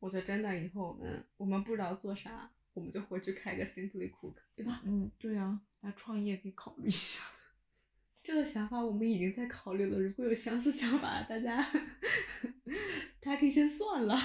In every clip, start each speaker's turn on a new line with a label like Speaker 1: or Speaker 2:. Speaker 1: 我觉得真的以后我们我们不知道做啥，我们就回去开个 Simply Cook，对吧？
Speaker 2: 嗯，对啊，那创业可以考虑一下。
Speaker 1: 这个想法我们已经在考虑了，如果有相似想法，大家 大家可以先算了。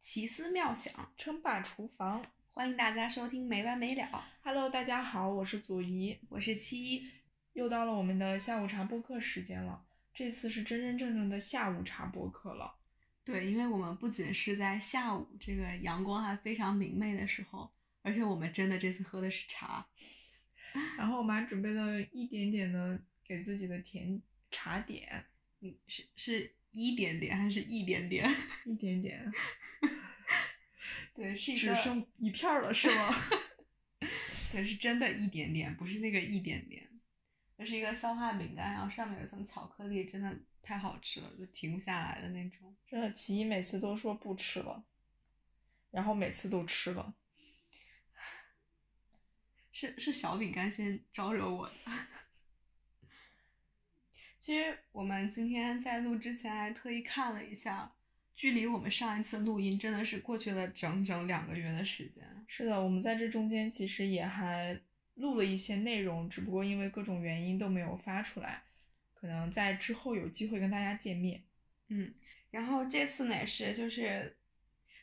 Speaker 1: 奇思妙想，
Speaker 2: 称霸厨房
Speaker 1: 欢迎大家收听没完没了，
Speaker 2: ，Hello，大家好，我是左怡，
Speaker 1: 我是七一。
Speaker 2: 又到了我们的下午茶播客时间了。这次是真真正正的下午茶播客了。
Speaker 1: 对，因为我们不仅是在下午这个阳光还非常明媚的时候，而且我们真的这次喝的是茶。
Speaker 2: 然后我们还准备了一点点的给自己的甜茶点，
Speaker 1: 你是是一点点还是一点点？
Speaker 2: 一点点，
Speaker 1: 对，是一
Speaker 2: 只
Speaker 1: 个，
Speaker 2: 剩一片儿了是吗？
Speaker 1: 对，是真的一点点，不是那个一点点。这是一个消化饼干，然后上面有一层巧克力，真的太好吃了，就停不下来的那种。
Speaker 2: 真的，奇一每次都说不吃了，然后每次都吃了。
Speaker 1: 是是小饼干先招惹我的。其实我们今天在录之前还特意看了一下，距离我们上一次录音真的是过去了整整两个月的时间。
Speaker 2: 是的，我们在这中间其实也还录了一些内容，只不过因为各种原因都没有发出来，可能在之后有机会跟大家见面。
Speaker 1: 嗯，然后这次呢也是，就是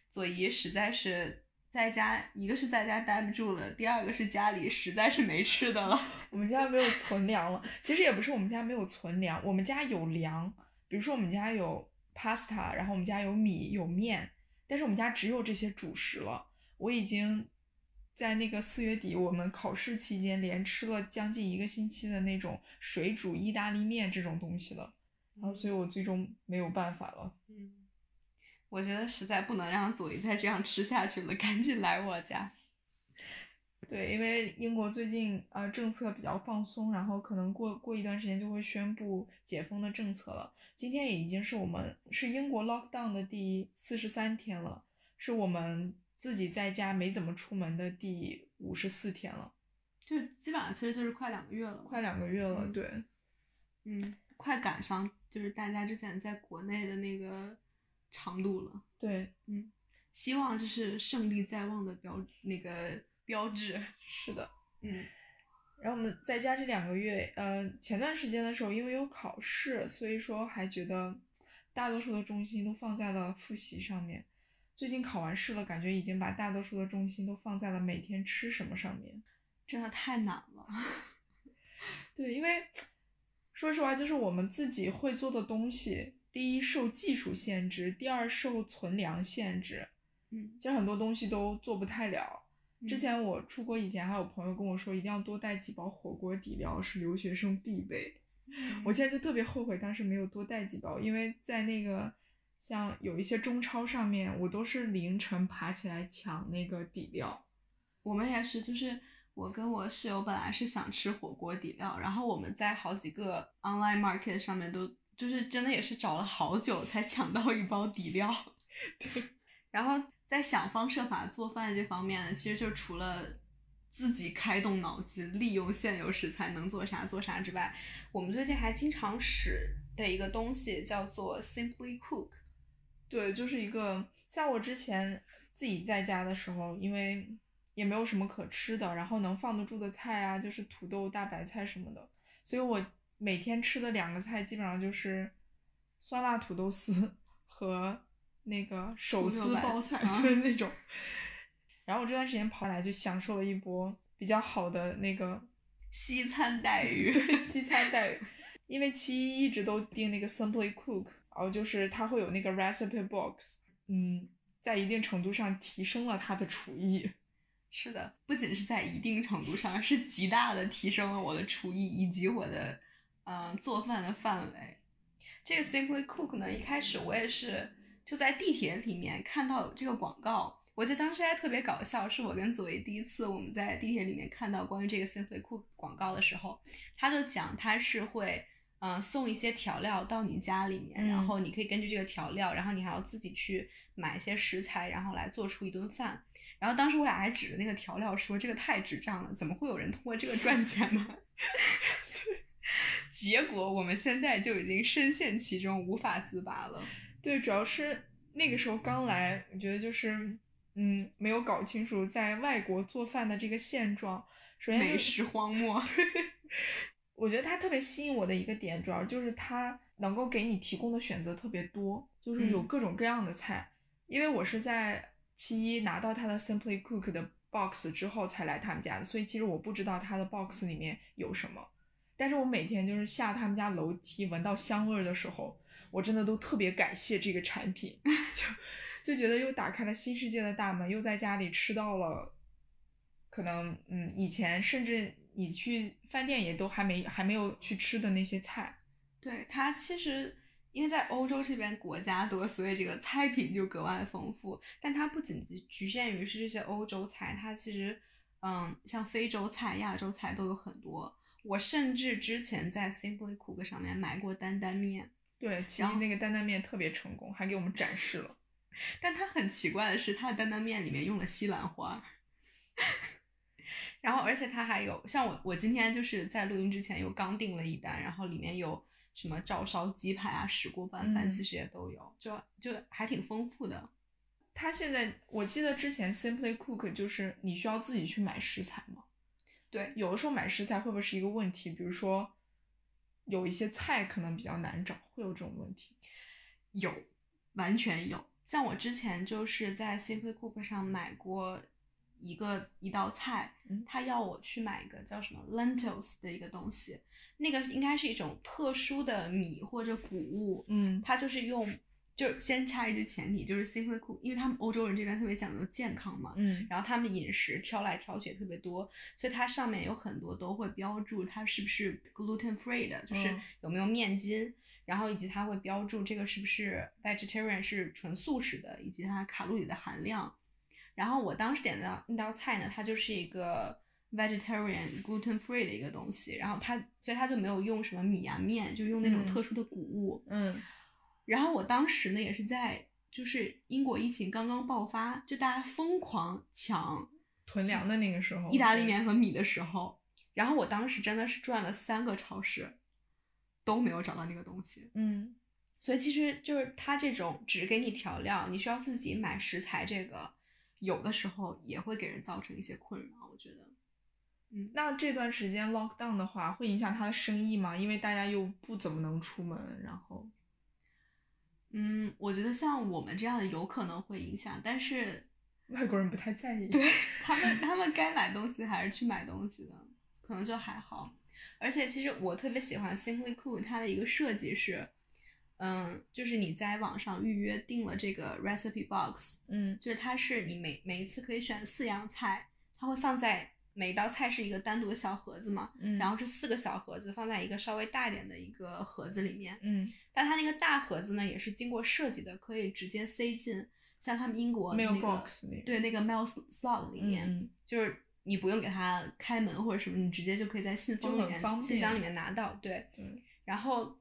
Speaker 1: 左怡实在是在家，一个是在家待不住了，第二个是家里实在是没吃的了。
Speaker 2: 我们家没有存粮了，其实也不是我们家没有存粮，我们家有粮，比如说我们家有 pasta，然后我们家有米有面，但是我们家只有这些主食了。我已经在那个四月底我们考试期间连吃了将近一个星期的那种水煮意大利面这种东西了，然后所以我最终没有办法了。
Speaker 1: 嗯，我觉得实在不能让左怡再这样吃下去了，赶紧来我家。
Speaker 2: 对，因为英国最近呃政策比较放松，然后可能过过一段时间就会宣布解封的政策了。今天也已经是我们是英国 lockdown 的第四十三天了，是我们自己在家没怎么出门的第五十四天了，
Speaker 1: 就基本上其实就是快两个月了，
Speaker 2: 快两个月了。
Speaker 1: 嗯
Speaker 2: 对，
Speaker 1: 嗯，快赶上就是大家之前在国内的那个长度了。
Speaker 2: 对，
Speaker 1: 希望这是胜利在望的标那个标志。
Speaker 2: 是的。
Speaker 1: 嗯
Speaker 2: 然后我们在家这两个月，嗯、前段时间的时候，因为有考试，所以说还觉得大多数的重心都放在了复习上面。最近考完试了，感觉已经把大多数的重心都放在了每天吃什么上面。
Speaker 1: 真的太难了。
Speaker 2: 对，因为说实话，就是我们自己会做的东西，第一受技术限制，第二受存粮限制，
Speaker 1: 嗯，
Speaker 2: 其实很多东西都做不太了。
Speaker 1: 嗯
Speaker 2: 之前我出国以前，还有朋友跟我说，一定要多带几包火锅底料，是留学生必备。我现在就特别后悔当时没有多带几包，因为在那个像有一些中超上面，我都是凌晨爬起来抢那个底料。
Speaker 1: 我们也是，就是我跟我室友本来是想吃火锅底料，然后我们在好几个 online market 上面都就是真的也是找了好久才抢到一包底料。 对，然后在想方设法做饭这方面呢，其实就除了自己开动脑筋，利用现有食材能做啥做啥之外，我们最近还经常使的一个东西叫做 Simply Cook。
Speaker 2: 对，就是一个像我之前自己在家的时候，因为也没有什么可吃的，然后能放得住的菜啊，就是土豆、大白菜什么的，所以我每天吃的两个菜基本上就是酸辣土豆丝 和那个手撕包菜
Speaker 1: 土豆白菜
Speaker 2: 对那种。然后我这段时间跑来就享受了一波比较好的那个
Speaker 1: 西餐带鱼，
Speaker 2: 西餐待遇，因为七一一直都订那个 Simply Cook，然后就是它会有那个 recipe box，嗯，在一定程度上提升了他的厨艺。
Speaker 1: 是的，不仅是在一定程度上，是极大的提升了我的厨艺以及我的呃做饭的范围。这个 Simply Cook 呢，一开始我也是就在地铁里面看到有这个广告，我记得当时还特别搞笑，是我跟左为第一次我们在地铁里面看到关于这个 Simply Cook 广告的时候，他就讲他是会嗯、呃送一些调料到你家里面，
Speaker 2: 嗯
Speaker 1: 然后你可以根据这个调料，然后你还要自己去买一些食材，然后来做出一顿饭。然后当时我俩还指着那个调料说：“这个太智障了，怎么会有人通过这个赚钱呢？” 结果我们现在就已经深陷其中，无法自拔了。
Speaker 2: 对，主要是那个时候刚来，我觉得就是嗯，没有搞清楚在外国做饭的这个现状。首先就
Speaker 1: 美
Speaker 2: 是
Speaker 1: 食荒漠，
Speaker 2: 我觉得它特别吸引我的一个点，主要就是它能够给你提供的选择特别多，就是有
Speaker 1: 嗯
Speaker 2: 各种各样的菜。因为我是在七一拿到它的 Simply Cook 的 box 之后才来他们家的，所以其实我不知道它的 box 里面有什么。但是我每天就是下他们家楼梯闻到香味儿的时候，我真的都特别感谢这个产品， 就就觉得又打开了新世界的大门，又在家里吃到了，可能嗯以前甚至你去饭店也都还没还没有去吃的那些菜，
Speaker 1: 对它其实，因为在欧洲这边国家多，所以这个菜品就格外丰富。但它不仅局局限于是这些欧洲菜，它其实，嗯，像非洲菜、亚洲菜都有很多。我甚至之前在 Simply Cook 上面买过担担面，
Speaker 2: 对，其
Speaker 1: 然
Speaker 2: 实
Speaker 1: 后
Speaker 2: 那个担担面特别成功，还给我们展示了。
Speaker 1: 但它很奇怪的是，它的担担面里面用了西兰花， 然后而且它还有像我，我今天就是在录音之前又刚订了一单，然后里面有什么照烧鸡排啊、石锅拌饭，
Speaker 2: 嗯
Speaker 1: 其实也都有，就就还挺丰富的。
Speaker 2: 它现在我记得之前 Simply Cook 就是你需要自己去买食材嘛，
Speaker 1: 对，
Speaker 2: 有的时候买食材会不会是一个问题？比如说有一些菜可能比较难找，会有这种问题。
Speaker 1: 有，完全有。像我之前就是在 Simply Cook 上买过一个一道菜
Speaker 2: 嗯，
Speaker 1: 他要我去买一个叫什么 lentils 的一个东西，那个应该是一种特殊的米或者谷物，
Speaker 2: 嗯，
Speaker 1: 它就是用，就是先插一句前提，就是 Simply Cook，因为他们欧洲人这边特别讲究健康嘛，
Speaker 2: 嗯，
Speaker 1: 然后他们饮食挑来挑去也特别多，所以它上面有很多都会标注它是不是 gluten free 的，就是
Speaker 2: 嗯
Speaker 1: 有没有面筋，然后以及它会标注这个是不是 vegetarian 是纯素食的，以及它卡路里的含量。然后我当时点的那道菜呢，它就是一个 vegetarian gluten free 的一个东西，然后它所以它就没有用什么米啊面，就用那种
Speaker 2: 嗯
Speaker 1: 特殊的谷物。
Speaker 2: 嗯，
Speaker 1: 然后我当时呢也是在就是英国疫情刚刚爆发，就大家疯狂抢。
Speaker 2: 囤粮的那个时候，
Speaker 1: 意大利面和米的时候，然后我当时真的是转了三个超市，都没有找到那个东西。
Speaker 2: 嗯，
Speaker 1: 所以其实就是它这种只给你调料，你需要自己买食材，这个有的时候也会给人造成一些困扰，我觉得。
Speaker 2: 那这段时间 lockdown 的话，会影响他的生意吗？因为大家又不怎么能出门，然后，
Speaker 1: 嗯，我觉得像我们这样的有可能会影响，但是
Speaker 2: 外国人不太在意。
Speaker 1: 对，他们他们该买东西还是去买东西的，可能就还好。而且其实我特别喜欢 Simply Cook 它的一个设计是，嗯，就是你在网上预约定了这个 recipe box，
Speaker 2: 嗯
Speaker 1: 就是它是你每每一次可以选四样菜，它会放在每一道菜是一个单独的小盒子嘛，
Speaker 2: 嗯
Speaker 1: 然后是四个小盒子放在一个稍微大一点的一个盒子里面，
Speaker 2: 嗯，
Speaker 1: 但它那个大盒子呢也是经过设计的，可以直接塞进像他们英国
Speaker 2: 没有
Speaker 1: 那个
Speaker 2: box 那个
Speaker 1: 对那个 mail slot 里
Speaker 2: 嗯
Speaker 1: 面。
Speaker 2: 嗯
Speaker 1: 就是你不用给它开门或者什么，你直接就可以在信封
Speaker 2: 就
Speaker 1: 里
Speaker 2: 很方
Speaker 1: 面、
Speaker 2: 便
Speaker 1: 信箱里面拿到。对，
Speaker 2: 对，
Speaker 1: 然后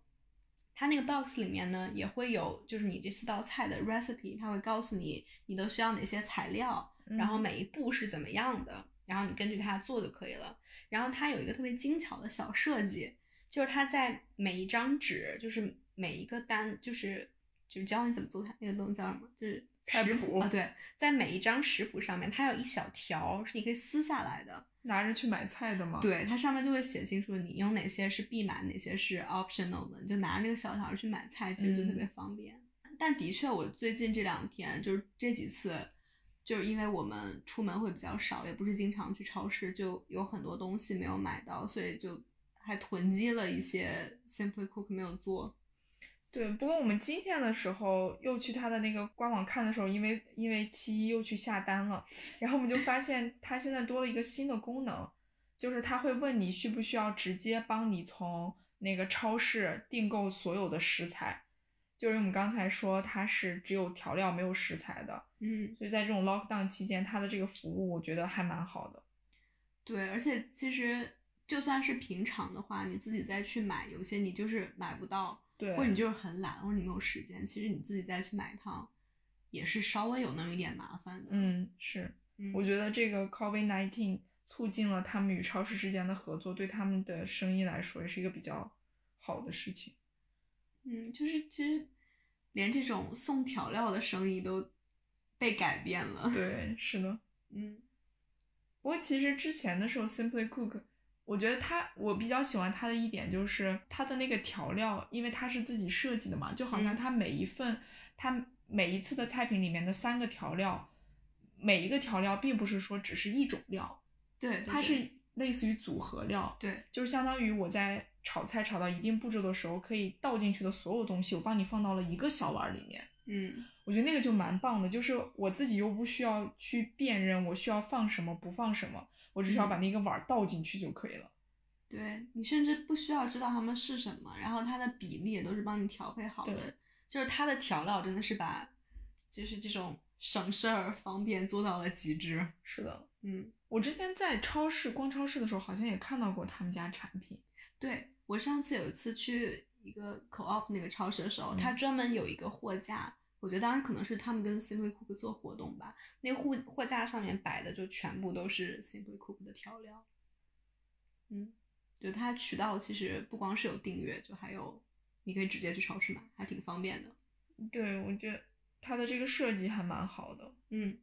Speaker 1: 它那个 box 里面呢也会有，就是你这四道菜的 recipe，它会告诉你你都需要哪些材料，然后
Speaker 2: 嗯
Speaker 1: 每一步是怎么样的，然后你根据它做就可以了。然后它有一个特别精巧的小设计，就是它在每一张纸，就是每一个单，就是就是教你怎么做菜那个东西叫什么，就是
Speaker 2: 菜
Speaker 1: 食
Speaker 2: 谱
Speaker 1: 啊，对，在每一张食谱上面，它有一小条是你可以撕下来的，
Speaker 2: 拿着去买菜的嘛。，
Speaker 1: 对，它上面就会写清楚你用哪些是必买，哪些是 optional 的，你就拿着那个小条去买菜，其实就特别方便。但的确，我最近这两天就是这几次，就是因为我们出门会比较少，也不是经常去超市，就有很多东西没有买到，所以就还囤积了一些 Simply Cook 没有做。
Speaker 2: 对，不过我们今天的时候又去他的那个官网看的时候，因为因为七一又去下单了，然后我们就发现他现在多了一个新的功能，就是他会问你需不需要直接帮你从那个超市订购所有的食材，就是我们刚才说它是只有调料没有食材的，
Speaker 1: 嗯，
Speaker 2: 所以在这种 lockdown 期间，它的这个服务我觉得还蛮好的。
Speaker 1: 对，而且其实就算是平常的话，你自己再去买，有些你就是买不到，
Speaker 2: 对，
Speaker 1: 或者你就是很懒，或者你没有时间。其实你自己再去买一趟，也是稍微有那么一点麻烦的。
Speaker 2: 嗯，是，
Speaker 1: 嗯，
Speaker 2: 我觉得这个 COVID nineteen 促进了他们与超市之间的合作，对他们的生意来说也是一个比较好的事情。
Speaker 1: 嗯，就是其实连这种送调料的生意都被改变了。
Speaker 2: 对，是的。
Speaker 1: 嗯
Speaker 2: 不过其实之前的时候，Simply Cook，我觉得它我比较喜欢它的一点就是它的那个调料，因为它是自己设计的嘛，就好像
Speaker 1: 嗯
Speaker 2: 它每一份、它每一次的菜品里面的三个调料，每一个调料并不是说只是一种料，，
Speaker 1: 对，对
Speaker 2: 它
Speaker 1: 对
Speaker 2: 是类似于组合料，
Speaker 1: 对，
Speaker 2: 就是相当于我在炒菜炒到一定步骤的时候，可以倒进去的所有东西，我帮你放到了一个小碗儿里面。
Speaker 1: 嗯
Speaker 2: 我觉得那个就蛮棒的，就是我自己又不需要去辨认我需要放什么不放什么，我只需要把
Speaker 1: 嗯
Speaker 2: 那个碗儿倒进去就可以了。
Speaker 1: 对你甚至不需要知道它们是什么，然后它的比例也都是帮你调配好
Speaker 2: 对
Speaker 1: 的。就是它的调料真的是把，就是这种省事儿、方便做到了极致。
Speaker 2: 是的，
Speaker 1: 嗯，
Speaker 2: 我之前在超市逛超市的时候，好像也看到过他们家产品。
Speaker 1: 对我上次有一次去一个 co-op 那个超市的时候，
Speaker 2: 嗯
Speaker 1: 它专门有一个货架，我觉得当时可能是他们跟 Simply Cook 做活动吧，那个货货架上面摆的就全部都是 Simply Cook 的调料。嗯，就它渠道其实不光是有订阅，就还有你可以直接去超市买，还挺方便的。
Speaker 2: 对，我觉得它的这个设计还蛮好的。
Speaker 1: 嗯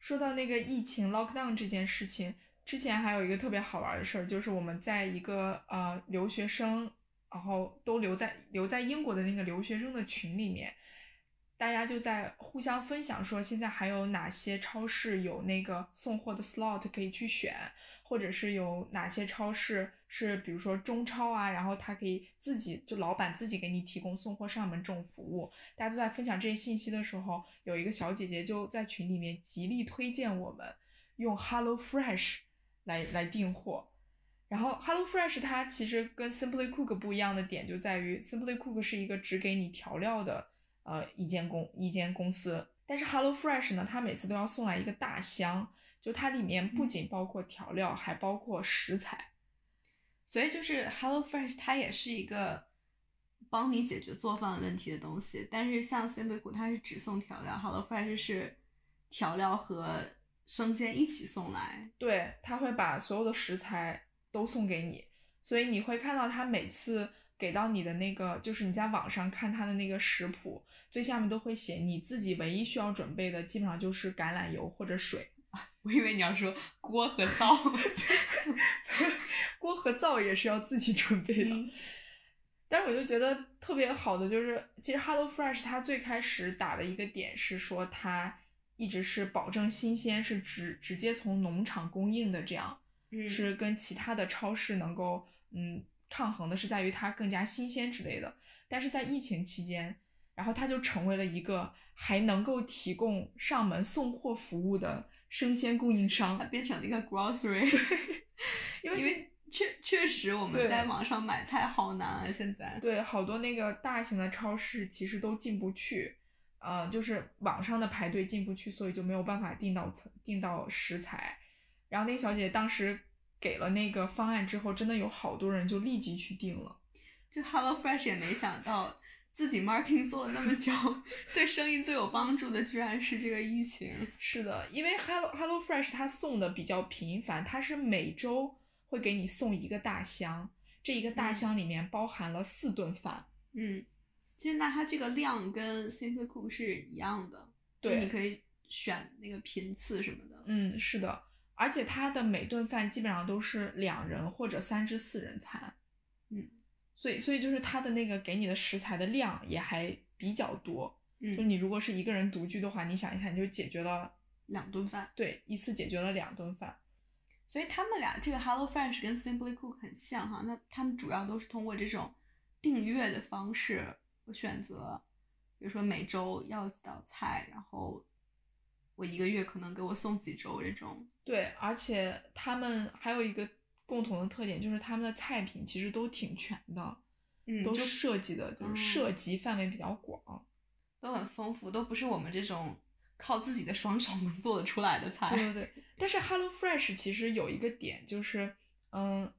Speaker 2: 说到那个疫情 lockdown 这件事情，之前还有一个特别好玩的事儿，就是我们在一个呃留学生，然后都留在留在英国的那个留学生的群里面，大家就在互相分享说现在还有哪些超市有那个送货的 slot 可以去选，或者是有哪些超市是比如说中超啊，然后它可以自己就老板自己给你提供送货上门这种服务，大家都在分享这些信息的时候，有一个小姐姐就在群里面极力推荐我们用 Hello Fresh 来来订货。然后 Hello Fresh 它其实跟 Simply Cook 不一样的点就在于 Simply Cook 是一个只给你调料的呃一间公一间公司，但是 Hello Fresh 呢，它每次都要送来一个大箱，就它里面不仅包括调料，还包括食材。
Speaker 1: 所以就是 HelloFresh 它也是一个帮你解决做饭问题的东西，但是像 Simply Cook 它是只送调料，HelloFresh 是调料和生鲜一起送来。
Speaker 2: 对，他会把所有的食材都送给你，所以你会看到他每次给到你的那个，就是你在网上看他的那个食谱，最下面都会写你自己唯一需要准备的，基本上就是橄榄油或者水，
Speaker 1: 我以为你要说锅和灶。
Speaker 2: 锅和灶也是要自己准备的。
Speaker 1: 嗯
Speaker 2: 但是我就觉得特别好的就是，其实 HelloFresh 它最开始打的一个点是说它一直是保证新鲜，是直直接从农场供应的这样。
Speaker 1: 嗯
Speaker 2: 是跟其他的超市能够嗯抗衡的，是在于它更加新鲜之类的。但是在疫情期间，然后它就成为了一个还能够提供上门送货服务的生鲜供应
Speaker 1: 它
Speaker 2: 商，
Speaker 1: 变成了一个 grocery，
Speaker 2: 因
Speaker 1: 呃因为确确实我
Speaker 2: 对
Speaker 1: 们在网上买菜好难啊，现在。
Speaker 2: 对好多那个大型的超市其实都进不去。呃，就是网上的排队进不去，所以就没有办法订到订到食材。然后那个小姐姐当时给了那个方案之后，真的有好多人就立即去订了。
Speaker 1: 就 HelloFresh 也没想到自己 marketing 做了那么久， 对生意最有帮助的居然是这个疫情。
Speaker 2: 是的，因为 Hello Hello Fresh 它送的比较频繁，它是每周会给你送一个大箱，这一个大
Speaker 1: 嗯
Speaker 2: 箱里面包含了四顿饭。
Speaker 1: 嗯，其实那它这个量跟 Simply Cook 是一样的，就
Speaker 2: 对
Speaker 1: 你可以选那个频次什么的。
Speaker 2: 嗯，是的，而且它的每顿饭基本上都是两人或者三至四人餐。
Speaker 1: 嗯，
Speaker 2: 所以所以就是它的那个给你的食材的量也还比较多。就
Speaker 1: 嗯，
Speaker 2: 你如果是一个人独居的话，你想一下，你就解决了
Speaker 1: 两顿饭。
Speaker 2: 对一次解决了两顿饭。
Speaker 1: 所以他们俩这个 HelloFresh 跟 Simply Cook 很像哈，那他们主要都是通过这种订阅的方式，我选择，比如说每周要几道菜，然后我一个月可能给我送几周这种。
Speaker 2: 对，而且他们还有一个共同的特点，就是他们的菜品其实都挺全的，
Speaker 1: 嗯
Speaker 2: 都
Speaker 1: 就
Speaker 2: 设计的就是
Speaker 1: 嗯
Speaker 2: 涉及范围比较广。
Speaker 1: 都很丰富，都不是我们这种靠自己的双手能做得出来的菜。
Speaker 2: 对对对，但是 Hello Fresh 其实有一个点就是，嗯，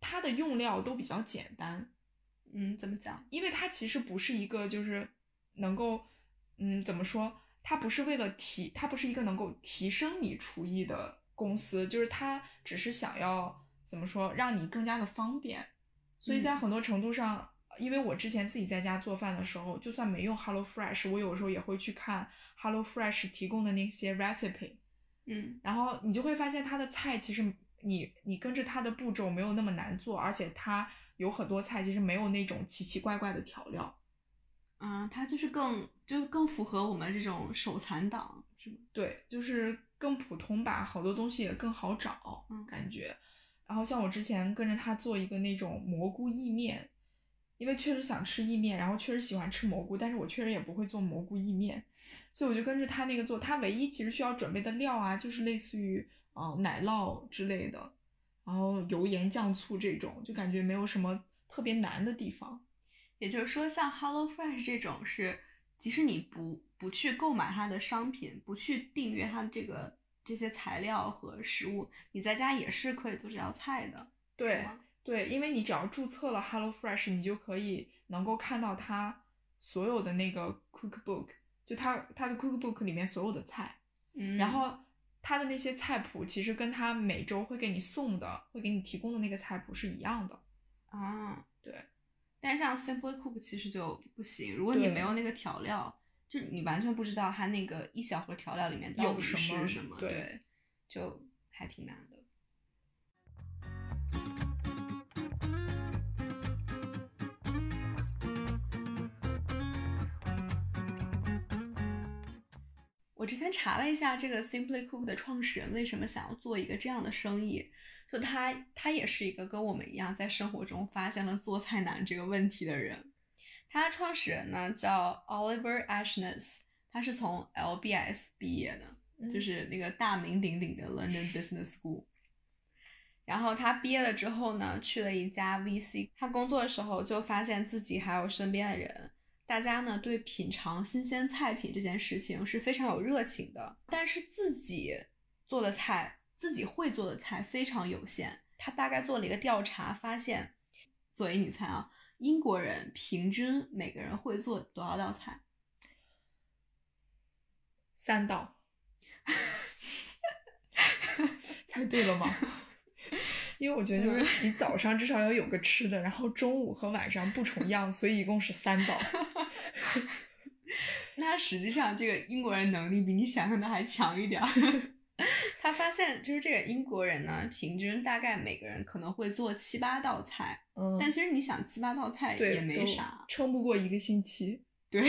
Speaker 2: 它的用料都比较简单，
Speaker 1: 嗯，怎么讲？
Speaker 2: 因为它其实不是一个就是能够，嗯，怎么说？它不是为了提，它不是一个能够提升你厨艺的公司，就是它只是想要怎么说，让你更加的方便。所以在
Speaker 1: 嗯
Speaker 2: 很多程度上，因为我之前自己在家做饭的时候，就算没用 Hello Fresh，我有时候也会去看 Hello Fresh 提供的那些 recipe，
Speaker 1: 嗯
Speaker 2: 然后你就会发现它的菜其实你你跟着它的步骤没有那么难做，而且它有很多菜其实没有那种奇奇怪怪的调料。
Speaker 1: 啊，它就是更就更符合我们这种手残党，是吗？
Speaker 2: 对，就是更普通吧，好多东西也更好找，
Speaker 1: 嗯
Speaker 2: 感觉。然后像我之前跟着他做一个那种蘑菇意面，因为确实想吃意面，然后确实喜欢吃蘑菇，但是我确实也不会做蘑菇意面，所以我就跟着他那个做。他唯一其实需要准备的料啊，就是类似于呃奶酪之类的，然后油盐酱醋这种，就感觉没有什么特别难的地方。
Speaker 1: 也就是说，像 Hello Fresh 这种是，即使你不不去购买它的商品，不去订阅它的这个这些材料和食物，你在家也是可以做这道菜的，是吗？
Speaker 2: 对，因为你只要注册了 HelloFresh，你就可以能够看到它所有的那个 cookbook，就它它的 cookbook 里面所有的菜，
Speaker 1: 嗯
Speaker 2: 然后它的那些菜谱其实跟它每周会给你送的、会给你提供的那个菜谱是一样的。
Speaker 1: 啊，
Speaker 2: 对。
Speaker 1: 但是像 Simply Cook 其实就不行，如果你
Speaker 2: 对
Speaker 1: 没有那个调料，就你完全不知道它那个一小盒调料里面
Speaker 2: 有
Speaker 1: 到底
Speaker 2: 什
Speaker 1: 是
Speaker 2: 么
Speaker 1: 什么，
Speaker 2: 对
Speaker 1: 对，就还挺难的。我之前查了一下这个 Simply Cook 的创始人为什么想要做一个这样的生意，就他他也是一个跟我们一样在生活中发现了做菜难这个问题的人。他创始人呢叫 Oliver Ashness，他是从 LBS 毕业的，就
Speaker 2: 嗯
Speaker 1: 是那个大名鼎鼎的 London Business School。然后他毕业了之后呢，去了一家 VC。他工作的时候就发现自己还有身边的人，大家呢对品尝新鲜菜品这件事情是非常有热情的，但是自己做的菜，自己会做的菜非常有限。他大概做了一个调查，发现，所以你猜啊，英国人平均每个人会做多少道菜？
Speaker 2: 三道， 猜对了吗？ 因为我觉得
Speaker 1: 嗯
Speaker 2: 就是你早上至少要有个吃的，然后中午和晚上不重样，所以一共是三 道。
Speaker 1: 那实际上，这个英国人能力比你想象的还强一点儿。 他发现，就是这个英国人呢，平均大概每个人可能会做七八道菜，
Speaker 2: 嗯，
Speaker 1: 但其实你想，七八道菜
Speaker 2: 对，
Speaker 1: 也没
Speaker 2: 都
Speaker 1: 啥。
Speaker 2: 撑不过一个星期。
Speaker 1: 对，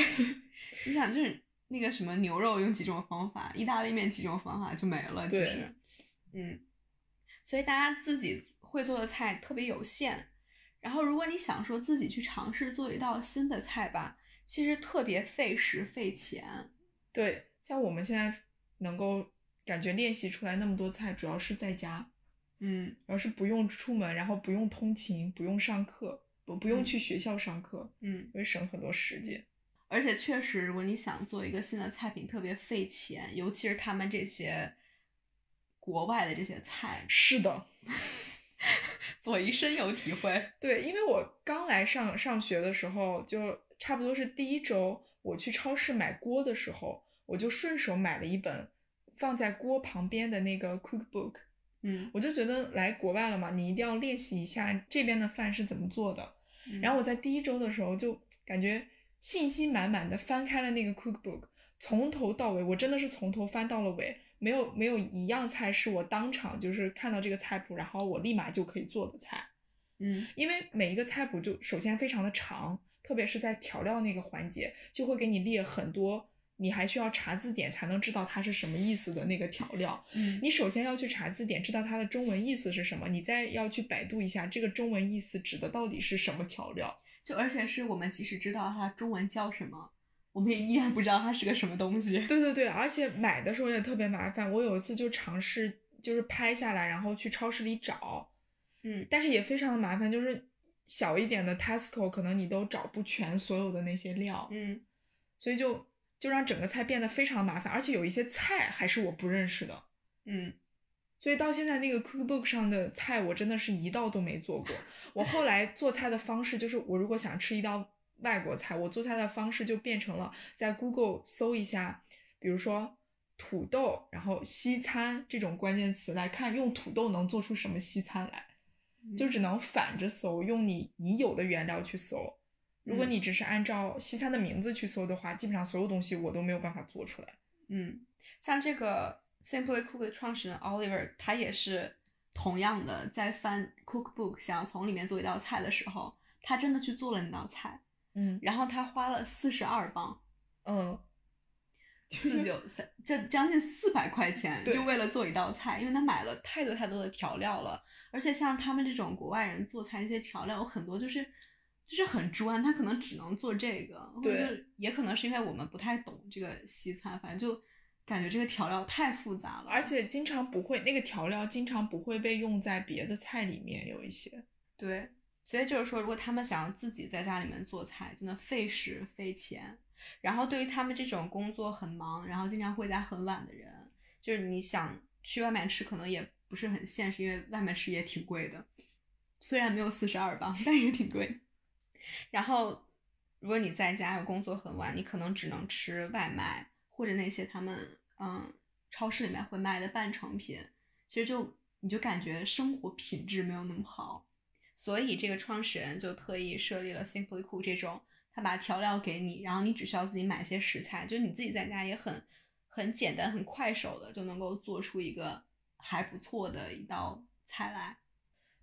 Speaker 1: 你想就是那个什么牛肉用几种方法，意大利面几种方法就没了，其
Speaker 2: 对
Speaker 1: 实，嗯，所以大家自己会做的菜特别有限。然后，如果你想说自己去尝试做一道新的菜吧，其实特别费时费钱。
Speaker 2: 对，像我们现在能够感觉练习出来那么多菜，主要是在家，
Speaker 1: 嗯，
Speaker 2: 主要是不用出门，然后不用通勤，不用上课，不不用
Speaker 1: 嗯
Speaker 2: 去学校上课，
Speaker 1: 嗯，
Speaker 2: 会省很多时间。
Speaker 1: 而且确实，如果你想做一个新的菜品，特别费钱，尤其是他们这些国外的这些菜，
Speaker 2: 是的，
Speaker 1: 左一深有体会。
Speaker 2: 对，因为我刚来上上学的时候，就差不多是第一周，我去超市买锅的时候，我就顺手买了一本放在锅旁边的那个 cookbook，
Speaker 1: 嗯，
Speaker 2: 我就觉得来国外了嘛，你一定要练习一下这边的饭是怎么做的。
Speaker 1: 嗯
Speaker 2: 然后我在第一周的时候就感觉信心满满的翻开了那个 cookbook，从头到尾，我真的是从头翻到了尾，没有没有一样菜是我当场就是看到这个菜谱，然后我立马就可以做的菜，
Speaker 1: 嗯，
Speaker 2: 因为每一个菜谱就首先非常的长，特别是在调料那个环节，就会给你列很多。你还需要查字典才能知道它是什么意思的那个调料，
Speaker 1: 嗯
Speaker 2: 你首先要去查字典，知道它的中文意思是什么，你再要去百度一下这个中文意思指的到底是什么调料。
Speaker 1: 就而且是我们即使知道它中文叫什么，我们也依然不知道它是个什么东西。
Speaker 2: 对对对，而且买的时候也特别麻烦。我有一次就尝试，就是拍下来，然后去超市里找，
Speaker 1: 嗯
Speaker 2: 但是也非常的麻烦，就是小一点的 Tesco 可能你都找不全所有的那些料，
Speaker 1: 嗯，
Speaker 2: 所以就就让整个菜变得非常麻烦，而且有一些菜还是我不认识的。
Speaker 1: 嗯，
Speaker 2: 所以到现在那个 cookbook 上的菜，我真的是一道都没做过。我后来做菜的方式就是，我如果想吃一道外国菜，我做菜的方式就变成了在 Google 搜一下，比如说土豆，然后西餐这种关键词来看，用土豆能做出什么西餐来，就只能反着搜，用你已有的原料去搜。如果你只是按照西餐的名字去搜的话，基本上所有东西我都没有办法做出来。
Speaker 1: 嗯，像这个 Simply Cook 的创始人 Oliver，他也是同样的，在翻 cookbook 想要从里面做一道菜的时候，他真的去做了那道菜，
Speaker 2: 嗯
Speaker 1: 然后他花了四十二磅，
Speaker 2: 嗯，
Speaker 1: 四九三，这将近四百块钱，
Speaker 2: 对
Speaker 1: 就为了做一道菜，因为他买了太多太多的调料了，而且像他们这种国外人做菜，这些调料有很多就是就是很专，他可能只能做这个，或者
Speaker 2: 对
Speaker 1: 就也可能是因为我们不太懂这个西餐，反正就感觉这个调料太复杂了，
Speaker 2: 而且经常不会那个调料，经常不会被用在别的菜里面。有一些，
Speaker 1: 对，所以就是说，如果他们想要自己在家里面做菜，真的费时费钱。然后对于他们这种工作很忙，然后经常回家很晚的人，就是你想去外面吃，可能也不是很现实，因为外面吃也挺贵的，虽然没有四十二磅，但也挺贵。然后，如果你在家又工作很晚，你可能只能吃外卖或者那些他们嗯超市里面会卖的半成品，其实就你就感觉生活品质没有那么好。所以这个创始人就特意设立了 Simply Cook 这种，他把调料给你，然后你只需要自己买一些食材，就是你自己在家也很很简单、很快手的就能够做出一个还不错的一道菜来。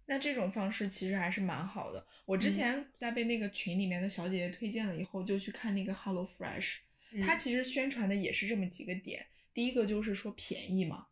Speaker 2: 那这种方式其实还是蛮好的。我之
Speaker 1: 嗯
Speaker 2: 前在被那个群里面的小姐姐推荐了以后，就去看那个 Hello Fresh，、它
Speaker 1: 嗯
Speaker 2: 其实宣传的也是这么几个点。第一个就是说便宜嘛，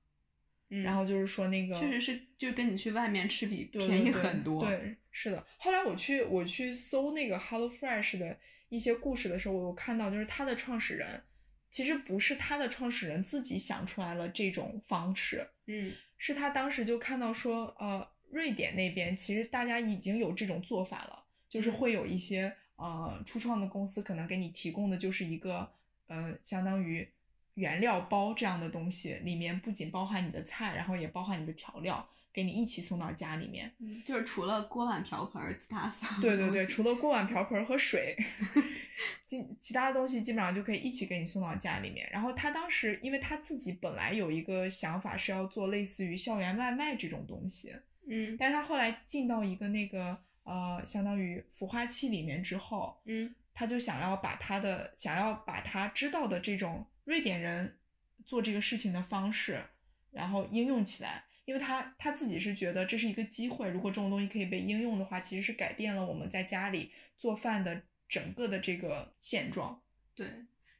Speaker 1: 嗯，
Speaker 2: 然后就是说那个
Speaker 1: 确实是，就跟你去外面吃比
Speaker 2: 对
Speaker 1: 便宜
Speaker 2: 对对
Speaker 1: 很多。
Speaker 2: 对，是的。后来我去我去搜那个 Hello Fresh 的一些故事的时候，我有看到就是它的创始人其实不是它的创始人自己想出来了这种方式，
Speaker 1: 嗯
Speaker 2: 是他当时就看到说，呃，瑞典那边其实大家已经有这种做法了，就是会有一些呃初创的公司可能给你提供的就是一个呃相当于原料包这样的东西，里面不仅包含你的菜，然后也包含你的调料，给你一起送到家里面。
Speaker 1: 嗯，就是除了锅碗瓢盆儿，其他所有
Speaker 2: 对对
Speaker 1: 东
Speaker 2: 对，
Speaker 1: 西
Speaker 2: 除了锅碗瓢盆和水， 其其他的东西基本上就可以一起给你送到家里面。然后他当时，因为他自己本来有一个想法是要做类似于校园外卖这种东西，
Speaker 1: 嗯
Speaker 2: 但是他后来进到一个那个呃，相当于孵化器里面之后，
Speaker 1: 嗯
Speaker 2: 他就想要把他的想要把他知道的这种瑞典人做这个事情的方式，然后应用起来，因为他他自己是觉得这是一个机会，如果这种东西可以被应用的话，其实是改变了我们在家里做饭的整个的这个现状。
Speaker 1: 对，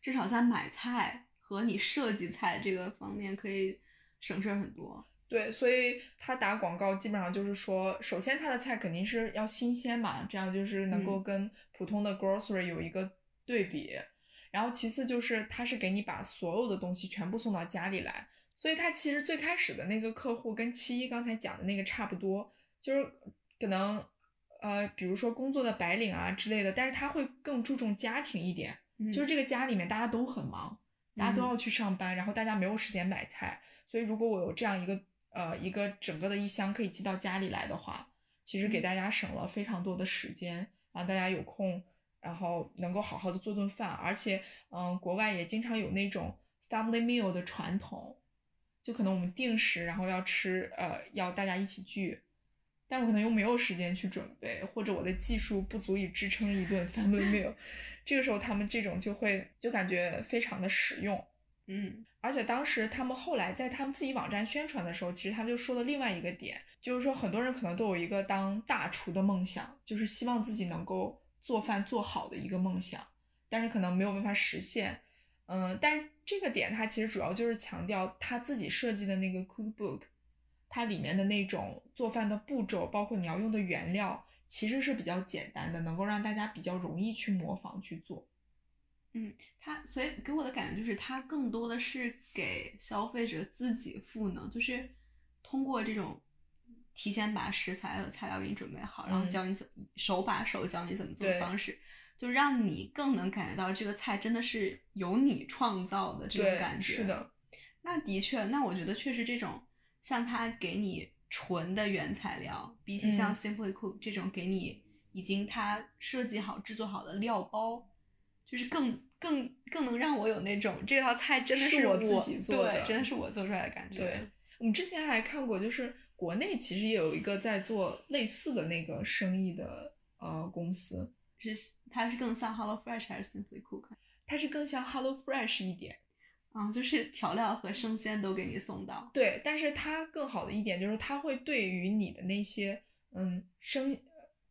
Speaker 1: 至少在买菜和你设计菜这个方面可以省事儿很多。
Speaker 2: 对，所以他打广告基本上就是说，首先他的菜肯定是要新鲜嘛，这样就是能够
Speaker 1: 嗯
Speaker 2: 跟普通的 grocery 有一个对比。然后其次就是他是给你把所有的东西全部送到家里来，所以他其实最开始的那个客户跟七一刚才讲的那个差不多，就是可能呃，比如说工作的白领啊之类的，但是他会更注重家庭一点，
Speaker 1: 嗯
Speaker 2: 就是这个家里面大家都很忙，大家都要去上班，然后大家没有时间买菜，所以如果我有这样一个呃一个整个的一箱可以寄到家里来的话，其实给
Speaker 1: 嗯
Speaker 2: 大家省了非常多的时间，让大家有空，然后能够好好的做顿饭，而且嗯、呃国外也经常有那种 family meal 的传统，就可能我们定时，然后要吃，呃，要大家一起聚，但我可能又没有时间去准备，或者我的技术不足以支撑一顿 family meal，这个时候他们这种就会就感觉非常的实用。
Speaker 1: 嗯
Speaker 2: 而且当时他们后来在他们自己网站宣传的时候，其实他们就说了另外一个点，就是说很多人可能都有一个当大厨的梦想，就是希望自己能够做饭做好的一个梦想，但是可能没有办法实现。嗯，但是这个点它其实主要就是强调他自己设计的那个 cookbook，它里面的那种做饭的步骤，包括你要用的原料，其实是比较简单的，能够让大家比较容易去模仿去做。
Speaker 1: 嗯，它所以给我的感觉就是，它更多的是给消费者自己赋能，就是通过这种提前把食材和材料给你准备好，然后
Speaker 2: 嗯
Speaker 1: 教你怎么手把手教你怎么做的
Speaker 2: 对
Speaker 1: 方式，就让你更能感觉到这个菜真的是由你创造的这种
Speaker 2: 对
Speaker 1: 感觉。
Speaker 2: 是的，
Speaker 1: 那的确，那我觉得确实这种像它给你纯的原材料，比起
Speaker 2: 嗯
Speaker 1: 像 Simply Cook 这种给你已经它设计好、制作好的料包，就是更更更能让我有那种这道菜真的
Speaker 2: 是
Speaker 1: 我
Speaker 2: 我
Speaker 1: 自己
Speaker 2: 做的
Speaker 1: 对，真的是我做出来的感觉。
Speaker 2: 对，我们之前还看过，就是国内其实也有一个在做类似的那个生意的呃公司，
Speaker 1: 是它是更像 Hello Fresh 还是 Simply Cook？啊
Speaker 2: 它是更像 Hello Fresh 一点，
Speaker 1: 嗯，就是调料和生鲜都给你送到。
Speaker 2: 对，但是它更好的一点就是它会对于你的那些嗯生，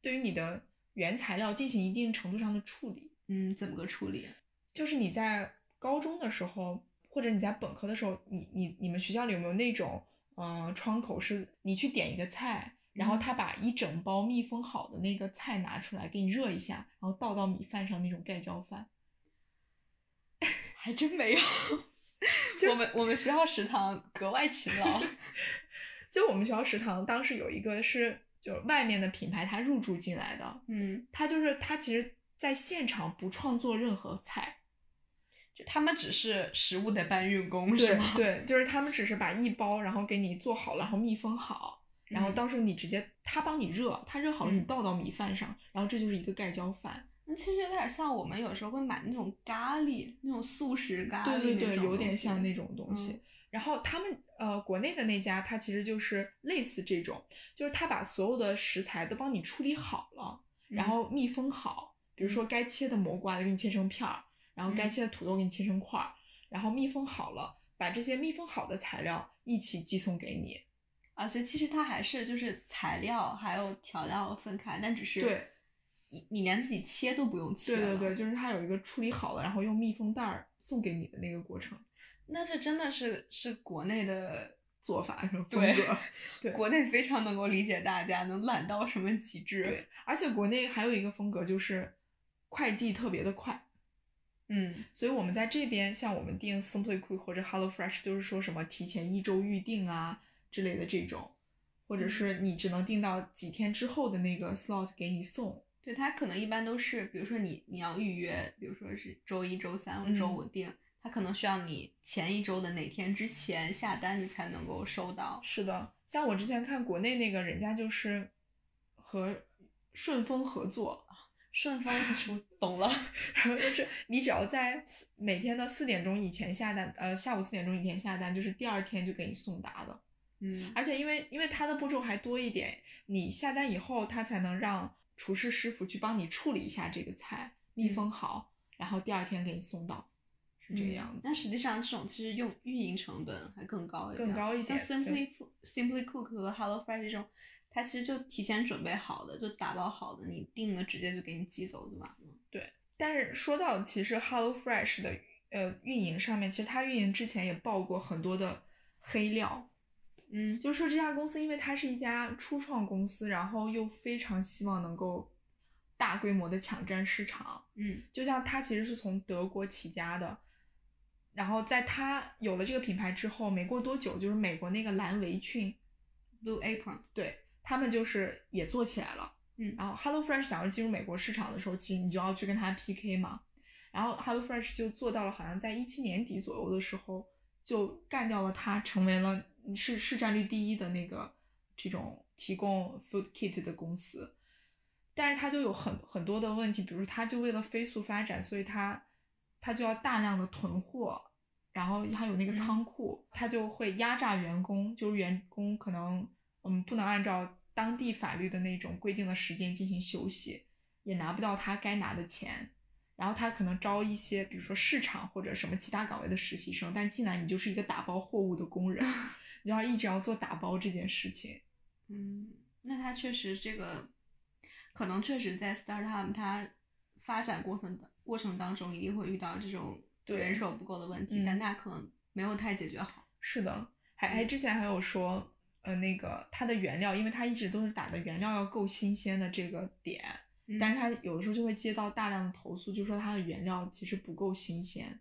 Speaker 2: 对于你的原材料进行一定程度上的处理，
Speaker 1: 嗯，怎么个处 理？
Speaker 2: 就是你在高中的时候，或者你在本科的时候，你你你们学校里有没有那种嗯、呃窗口是你去点一个菜，然后
Speaker 1: 嗯
Speaker 2: 他把一整包密封好的那个菜拿出来给你热一下，然后倒到米饭上那种盖浇饭？
Speaker 1: 还真没有。 我们我们学校食堂格外勤 劳。
Speaker 2: 就我们学校食堂当时有一个是就是外面的品牌它入驻进来的，
Speaker 1: 嗯，
Speaker 2: 它就是它其实在现场不创作任何菜，
Speaker 1: 就他们只是食物的搬运工，是
Speaker 2: 对
Speaker 1: 吗？
Speaker 2: 对，就是他们只是把一包然后给你做好了，然后密封好。然后
Speaker 1: 嗯
Speaker 2: 到时候你直接他帮你热，他热好了
Speaker 1: 嗯
Speaker 2: 你倒到米饭上，然后这就是一个盖浇饭。
Speaker 1: 那其实有点像我们有时候会买那种咖喱，那种速食咖喱
Speaker 2: 对对对，
Speaker 1: 那种
Speaker 2: 有点
Speaker 1: 东西
Speaker 2: 像那种东西。
Speaker 1: 嗯
Speaker 2: 然后他们呃，国内的那家它其实就是类似这种，就是他把所有的食材都帮你处理好了，
Speaker 1: 嗯
Speaker 2: 然后密封好。比如说该切的蘑菇啊，给你切成片儿，然后该
Speaker 1: 嗯
Speaker 2: 切的土豆给你切成块儿，然后密封好了，把这些密封好的材料一起寄送给你。
Speaker 1: 啊，所以其实它还是就是材料还有调料分开，但只是
Speaker 2: 对
Speaker 1: 你你连自己切都不用切
Speaker 2: 对对
Speaker 1: 了。
Speaker 2: 对，就是它有一个处理好了，然后用密封袋儿送给你的那个过程。
Speaker 1: 那这真的是是国内的
Speaker 2: 做法和风
Speaker 1: 对
Speaker 2: 格。对
Speaker 1: 国内非常能够理解大家能懒到什么极致。
Speaker 2: 对，而且国内还有一个风格就是快递特别的快，
Speaker 1: 嗯
Speaker 2: 所以我们在这边像我们订 Simply Quick 或者 Hello Fresh 都是说什么提前一周预定啊之类的这种，或
Speaker 1: 嗯
Speaker 2: 者是你只能订到几天之后的那个 slot 给你送。
Speaker 1: 对，它可能一般都是，比如说你你要预约，比如说是周一周三或者周
Speaker 2: 嗯
Speaker 1: 五订，它可能需要你前一周的哪天之前下单，你才能够收到。
Speaker 2: 是的，像我之前看国内那个人家就是和顺丰合作，
Speaker 1: 顺丰一出懂了，
Speaker 2: 然后就是你只要在四每天的四点钟以前下单，呃，下午四点钟以前下单，就是第二天就给你送达的。
Speaker 1: 嗯
Speaker 2: 而且因为因为它的步骤还多一点，你下单以后，它才能让厨师师傅去帮你处理一下这个菜，密封好，然后第二天给你送到，是这个样子。
Speaker 1: 但嗯实际上，这种其实用运营成本还更高一点，
Speaker 2: 更高一
Speaker 1: 像
Speaker 2: 点
Speaker 1: Simply Fo- Simply Cook 和 Hello Fresh 这种，它其实就提前准备好的，就打包好的，你订了直接就给你寄走就完了。
Speaker 2: 但是说到其实 Hello Fresh 的呃运营上面，其实它运营之前也爆过很多的黑料，
Speaker 1: 嗯
Speaker 2: 就是说这家公司因为它是一家初创公司，然后又非常希望能够大规模的抢占市场，
Speaker 1: 嗯
Speaker 2: 就像它其实是从德国起家的，然后在它有了这个品牌之后，没过多久，就是美国那个蓝围裙，
Speaker 1: ，Blue Apron，
Speaker 2: 对他们就是也做起来了。
Speaker 1: 嗯
Speaker 2: 然后 HelloFresh 想要进入美国市场的时候，其实你就要去跟它 PK 嘛。然后 HelloFresh 就做到了，好像在一七年底左右的时候就干掉了它，成为了市市占率第一的那个这种提供 food kit 的公司。但是它就有很很多的问题，比如它就为了飞速发展，所以它它就要大量的囤货，然后它有那个
Speaker 1: 嗯
Speaker 2: 仓库，它就会压榨员工，就是员工可能嗯不能按照当地法律的那种规定的时间进行休息，也拿不到他该拿的钱，然后他可能招一些比如说市场或者什么其他岗位的实习生，但进来你就是一个打包货物的工人，你就要一直要做打包这件事情。
Speaker 1: 嗯，那它确实这个，可能确实在 startup 它发展过程过程当中一定会遇到这种
Speaker 2: 对
Speaker 1: 人手不够的问题，
Speaker 2: 嗯
Speaker 1: 但它可能没有太解决好。
Speaker 2: 是的，还还之前还有说，呃，那个它的原料，因为它一直都是打的原料要够新鲜的这个点，
Speaker 1: 嗯
Speaker 2: 但是他有的时候就会接到大量的投诉，就说他的原料其实不够新鲜。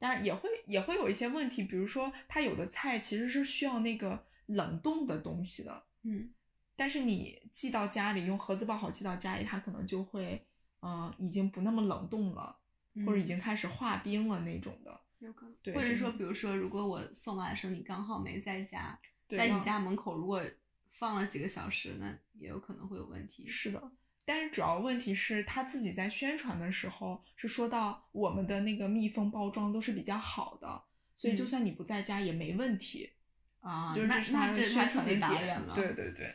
Speaker 2: 但是也会也会有一些问题，比如说他有的菜其实是需要那个冷冻的东西的，
Speaker 1: 嗯
Speaker 2: 但是你寄到家里用盒子包好寄到家里，它可能就会，嗯、已经不那么冷冻了，
Speaker 1: 嗯，
Speaker 2: 或者已经开始化冰了那种的。
Speaker 1: 有可能，
Speaker 2: 对
Speaker 1: 或者
Speaker 2: 真
Speaker 1: 说，
Speaker 2: 的
Speaker 1: 比如说，如果我送来的时候你刚好没在家，
Speaker 2: 对
Speaker 1: 在你
Speaker 2: 让
Speaker 1: 家门口如果放了几个小时，那也有可能会有问题。
Speaker 2: 是的，但是主要问题是他自己在宣传的时候是说到我们的那个密封包装都是比较好的，所以就
Speaker 1: 嗯
Speaker 2: 算你不在家也没问题。
Speaker 1: 啊，
Speaker 2: 就是
Speaker 1: 那
Speaker 2: 这是他
Speaker 1: 那
Speaker 2: 的
Speaker 1: 这
Speaker 2: 宣
Speaker 1: 自
Speaker 2: 传
Speaker 1: 己
Speaker 2: 的
Speaker 1: 打
Speaker 2: 点
Speaker 1: 脸了。
Speaker 2: 对对对。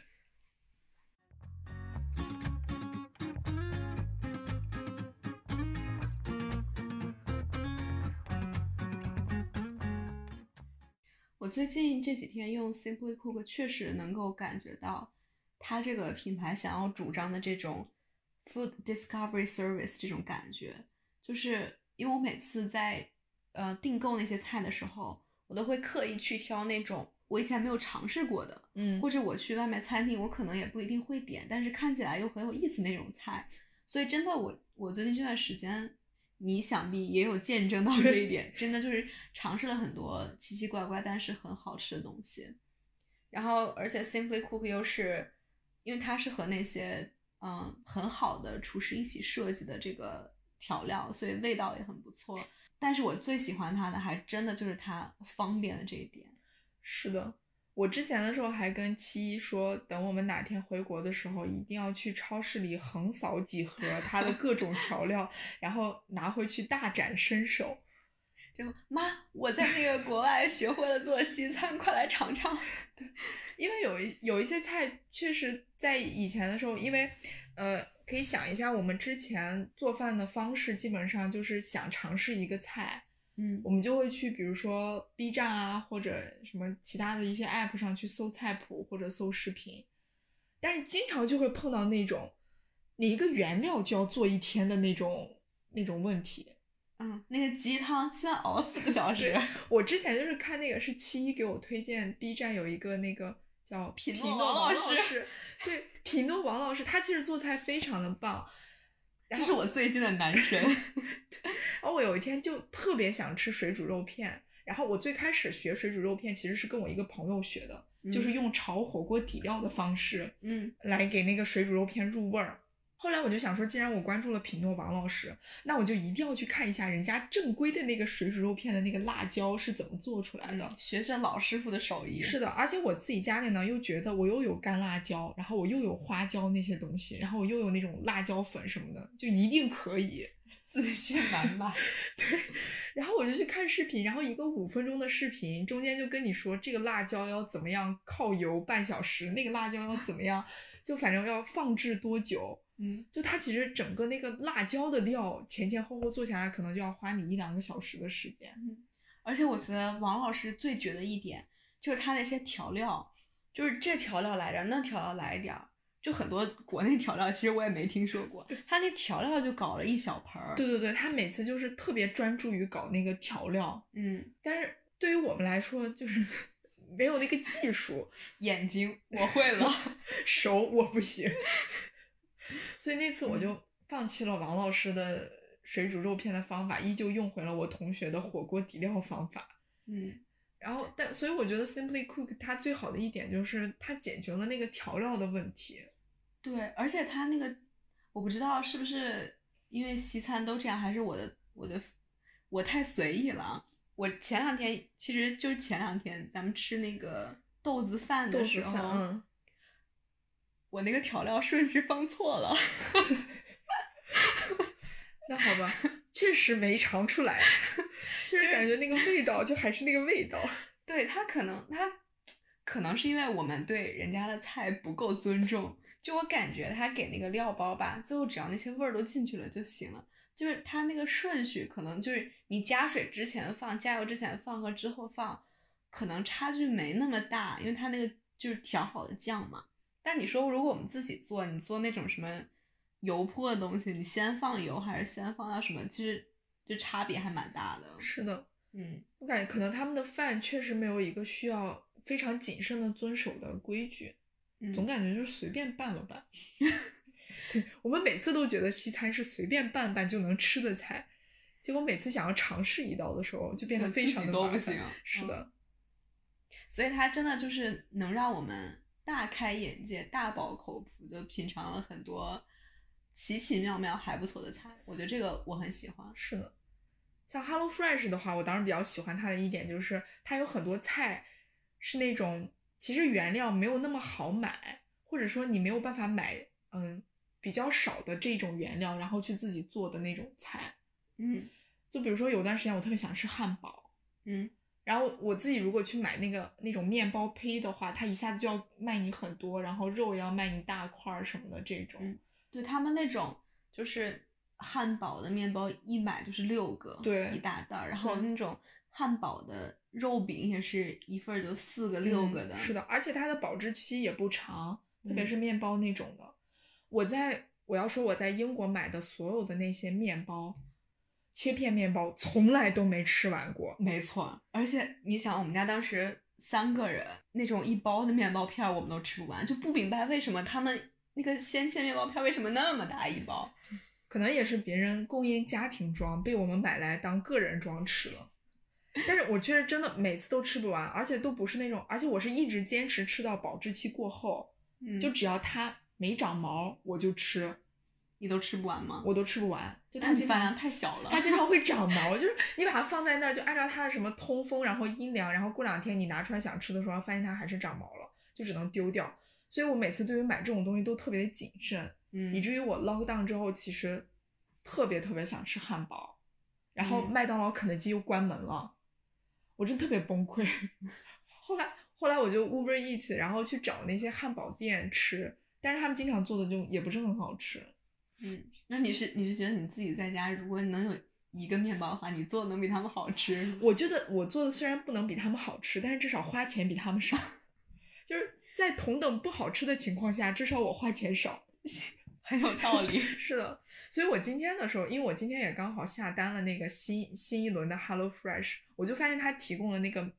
Speaker 1: 我最近这几天用 Simply Cook 确实能够感觉到，它这个品牌想要主张的这种 food discovery service 这种感觉，就是因为我每次在呃订购那些菜的时候，我都会刻意去挑那种我以前没有尝试过的，
Speaker 2: 嗯
Speaker 1: 或者我去外面餐厅，我可能也不一定会点，但是看起来又很有意思那种菜。所以真的我，我最近这段时间，你想必也有见证到这一点，真的就是尝试了很多奇奇怪怪但是很好吃的东西。然后，而且 Simply Cook 又是，因为它是和那些嗯很好的厨师一起设计的这个调料，所以味道也很不错。但是我最喜欢它的，还真的就是它方便的这一点。
Speaker 2: 是的，我之前的时候还跟七一说，等我们哪天回国的时候，一定要去超市里横扫几盒它的各种调料，然后拿回去大展身手。
Speaker 1: 就妈，我在那个国外学会了做西餐，快来尝尝。
Speaker 2: 因为有一有一些菜，确实在以前的时候，因为，呃，可以想一下，我们之前做饭的方式，基本上就是想尝试一个菜，
Speaker 1: 嗯
Speaker 2: 我们就会去，比如说 B 站啊，或者什么其他的一些 App 上去搜菜谱或者搜视频，但是经常就会碰到那种，你一个原料就要做一天的那种那种问题。
Speaker 1: 嗯，那个鸡汤先熬四个小时
Speaker 2: 对。我之前就是看那个是七一给我推荐 B 站有一个那个叫
Speaker 1: 匹
Speaker 2: 匹
Speaker 1: 诺
Speaker 2: 诺
Speaker 1: 王
Speaker 2: 王
Speaker 1: 老师
Speaker 2: 师，对匹诺王老师，他其实做菜非常的棒。
Speaker 1: 这是我最近的男 神。
Speaker 2: 然后我有一天就特别想吃水煮肉片，然后我最开始学水煮肉片其实是跟我一个朋友学的，就是用炒火锅底料的方式
Speaker 1: 嗯
Speaker 2: 来给那个水煮肉片入味儿。后来我就想说，既然我关注了匹诺王老师，那我就一定要去看一下人家正规的那个水煮肉片的那个辣椒是怎么做出来的。
Speaker 1: 嗯，学学老师傅的手艺。
Speaker 2: 是的，而且我自己家里呢，又觉得我又有干辣椒，然后我又有花椒那些东西，然后我又有那种辣椒粉什么的，就一定可以。
Speaker 1: 自信满满。
Speaker 2: 然后我就去看视频，然后一个五分钟的视频，中间就跟你说这个辣椒要怎么样靠油半小时，那个辣椒要怎么样，就反正要放置多久。
Speaker 1: 嗯，
Speaker 2: 就它其实整个那个辣椒的料前前后后做下来，可能就要花你一两个小时的时间。
Speaker 1: 而且我觉得王老师最绝的一点就是他那些调料，就是这调料来点儿，那调料来一点儿，就很多国内调料其实我也没听说过，他那调料就搞了一小盆儿。
Speaker 2: 对，对对，他每次就是特别专注于搞那个调料，
Speaker 1: 嗯，
Speaker 2: 但是对于我们来说，就是 没有那个技术，
Speaker 1: 眼睛我会了。
Speaker 2: 手我不行， 所以那次
Speaker 1: 嗯
Speaker 2: 我就放弃了王老师的水煮肉片的方法，依旧用回了我同学的火锅底料方法。
Speaker 1: 嗯。
Speaker 2: 然后，但所以我觉得 Simply Cook 它最好的一点就是它解决了那个调料的问题。
Speaker 1: 对，而且它那个，我不知道是不是因为西餐都这样，还是我的我的我太随意了啊。我前两天其实就是前两天咱们吃那个豆子饭
Speaker 2: 豆
Speaker 1: 的
Speaker 2: 腐
Speaker 1: 时候，
Speaker 2: 饭，嗯，
Speaker 1: 我那个调料顺序放错了。
Speaker 2: 那好吧，确实没尝 出来，确实
Speaker 1: 是
Speaker 2: 感觉那个味道就还是那个味道。
Speaker 1: 对他可能他可能是因为我们对人家的菜不够尊重，就我感觉他给那个料包吧，最后只要那些味儿都进去了就行了。就是他那个顺序，可能就是你加水之前放、加油之前放和之后放，可能差距没那么大，因为他那个就是调好的酱嘛。但你说如果我们自己做，你做那种什么油泼的东西，你先放油还是先放到什么，其实就差别还蛮大的。
Speaker 2: 是的，
Speaker 1: 嗯，
Speaker 2: 我感觉可能他们的饭确实没有一个需要非常谨慎的遵守的规矩，
Speaker 1: 嗯
Speaker 2: 总感觉就是随便拌了拌。 我们每次都觉得西餐是随便拌拌就能吃的菜，结果每次想要尝试一道的时候，就变得
Speaker 1: 就
Speaker 2: 非
Speaker 1: 自
Speaker 2: 常
Speaker 1: 己
Speaker 2: 的
Speaker 1: 都
Speaker 2: 麻
Speaker 1: 不
Speaker 2: 烦
Speaker 1: 行嗯
Speaker 2: 是的，
Speaker 1: 所以它真的就是能让我们大开眼界、大饱口福，就品尝了很多奇奇妙妙还不错的菜。我觉得这个我很喜欢。
Speaker 2: 是的。像 HelloFresh 的话，我当时比较喜欢它的一点就是它有很多菜是那种其实原料没有那么好买，或者说你没有办法买嗯比较少的这种原料，然后去自己做的那种菜。
Speaker 1: 嗯
Speaker 2: 就比如说有段时间我特别想吃汉堡，
Speaker 1: 嗯
Speaker 2: 然后我自己如果去买那个那种面包胚的话，它一下子就要卖你很多，然后肉也要卖你大块儿什么的这种。
Speaker 1: 嗯对他们那种就是汉堡的面包一买就是六个，
Speaker 2: 对
Speaker 1: 一大袋儿，然后
Speaker 2: 对
Speaker 1: 那种汉堡的肉饼也是一份儿就四个六个的，
Speaker 2: 嗯是的，而且它的保质期也不长，特别
Speaker 1: 嗯
Speaker 2: 是面包那种的。我在我要说我在英国买的所有的那些面包，切片面包从来都没吃完过。
Speaker 1: 没错，而且你想，我们家当时三个人，那种一包的面包片儿我们都吃不完，就不明白为什么他们那个鲜切面包片儿为什么那么大一包。
Speaker 2: 可能也是别人供应家庭装，被我们买来当个人装吃了。但是我确实真的每次都吃不完，而且都不是那种，而且我是一直坚持吃到保质期过后，
Speaker 1: 嗯
Speaker 2: 就只要它没长毛我就吃，
Speaker 1: 你都吃不完吗？
Speaker 2: 我都吃不完。就
Speaker 1: 那
Speaker 2: 它
Speaker 1: 你
Speaker 2: 经常
Speaker 1: 饭量太小了。
Speaker 2: 它经常会长毛，就是你把它放在那儿，就按照它的什么通风，然后阴凉，然后过两天你拿出来想吃的时候，发现它还是长毛了，就只能丢掉。所以我每次对于买这种东西都特别的谨慎，
Speaker 1: 嗯，
Speaker 2: 以至于我 lock down 之后，其实特别特别想吃汉堡，然后
Speaker 1: 嗯
Speaker 2: 麦当劳、肯德基又关门了，我真特别崩溃。 后来后来我就 Uber Eat，然后去找那些汉堡店吃，但是他们经常做的就也不是很好吃。
Speaker 1: 嗯，那你是你是觉得你自己在家，如果能有一个面包的话，你做的能比他们好吃？
Speaker 2: 我觉得我做的虽然不能比他们好吃，但是至少花钱比他 们少，就是在同等不好吃的情况下，至少我花钱少。
Speaker 1: 很有道理。
Speaker 2: 是的，所以我今天的时候，因为我今天也刚好下单了那个新新一轮的 Hello Fresh，我就发现它提供了那个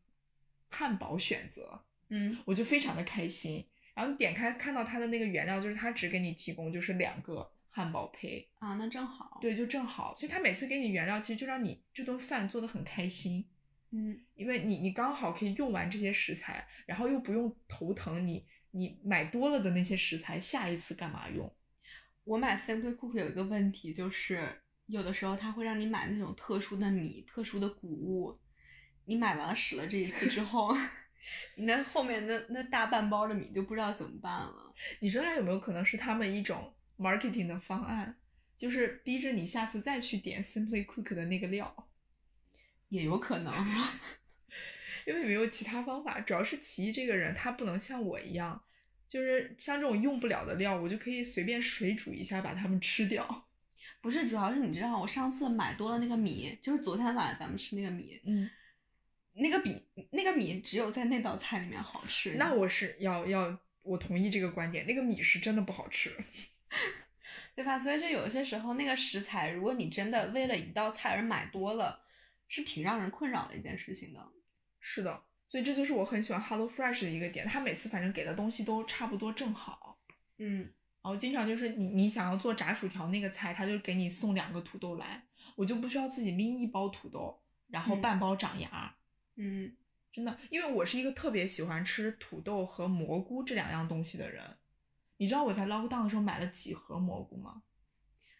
Speaker 2: 汉堡选择，
Speaker 1: 嗯
Speaker 2: 我就非常的开心。然后你点开看到它的那个原料，就是它只给你提供就是两个汉堡胚，
Speaker 1: 啊，那正好。，
Speaker 2: 对，就正好。所以它每次给你原料，其实就让你这顿饭做的很开心。
Speaker 1: 嗯
Speaker 2: 因为你你刚好可以用完这些食材，然后又不用头疼你你买多了的那些食材下一次干嘛用？
Speaker 1: 我买 Simply Cook 有一个问题，就是有的时候它会让你买那种特殊的米、特殊的谷物，你买完了使了这一次之后， 你那后面那那大半包的米就不知道怎么办了。
Speaker 2: 你说它有没有可能是他们一种 marketing 的方案，就是逼着你下次再去点 Simply Cook 的那个料，
Speaker 1: 也有可能，啊
Speaker 2: 因为没有其他方法。主要是奇艺这个人，他不能像我一样，就是像这种用不了的料，我就可以随便水煮一下把它们吃掉。
Speaker 1: 不是，主要是你知道，我上次买多了那个米，就是昨天晚上咱们吃那个米，
Speaker 2: 嗯，
Speaker 1: 那个米那个米只有在那道菜里面好吃。
Speaker 2: 那我是要要我同意这个观点，那个米是真的不好吃。
Speaker 1: 对吧？所以就有些时候，那个食材，如果你真的为了一道菜而买多了，是挺让人困扰的一件事情的。
Speaker 2: 是的，所以这就是我很喜欢 Hello Fresh 的一个点，它每次反正给的东西都差不多正好。
Speaker 1: 嗯，
Speaker 2: 然后经常就是你你想要做炸薯条那个菜，它就给你送两个土豆来，我就不需要自己拎一包土豆，然后
Speaker 1: 嗯
Speaker 2: 半包长芽。
Speaker 1: 嗯
Speaker 2: 真的，因为我是一个特别喜欢吃土豆和蘑菇这两样东西的人。你知道我在 lockdown 的时候买了几盒蘑菇吗？，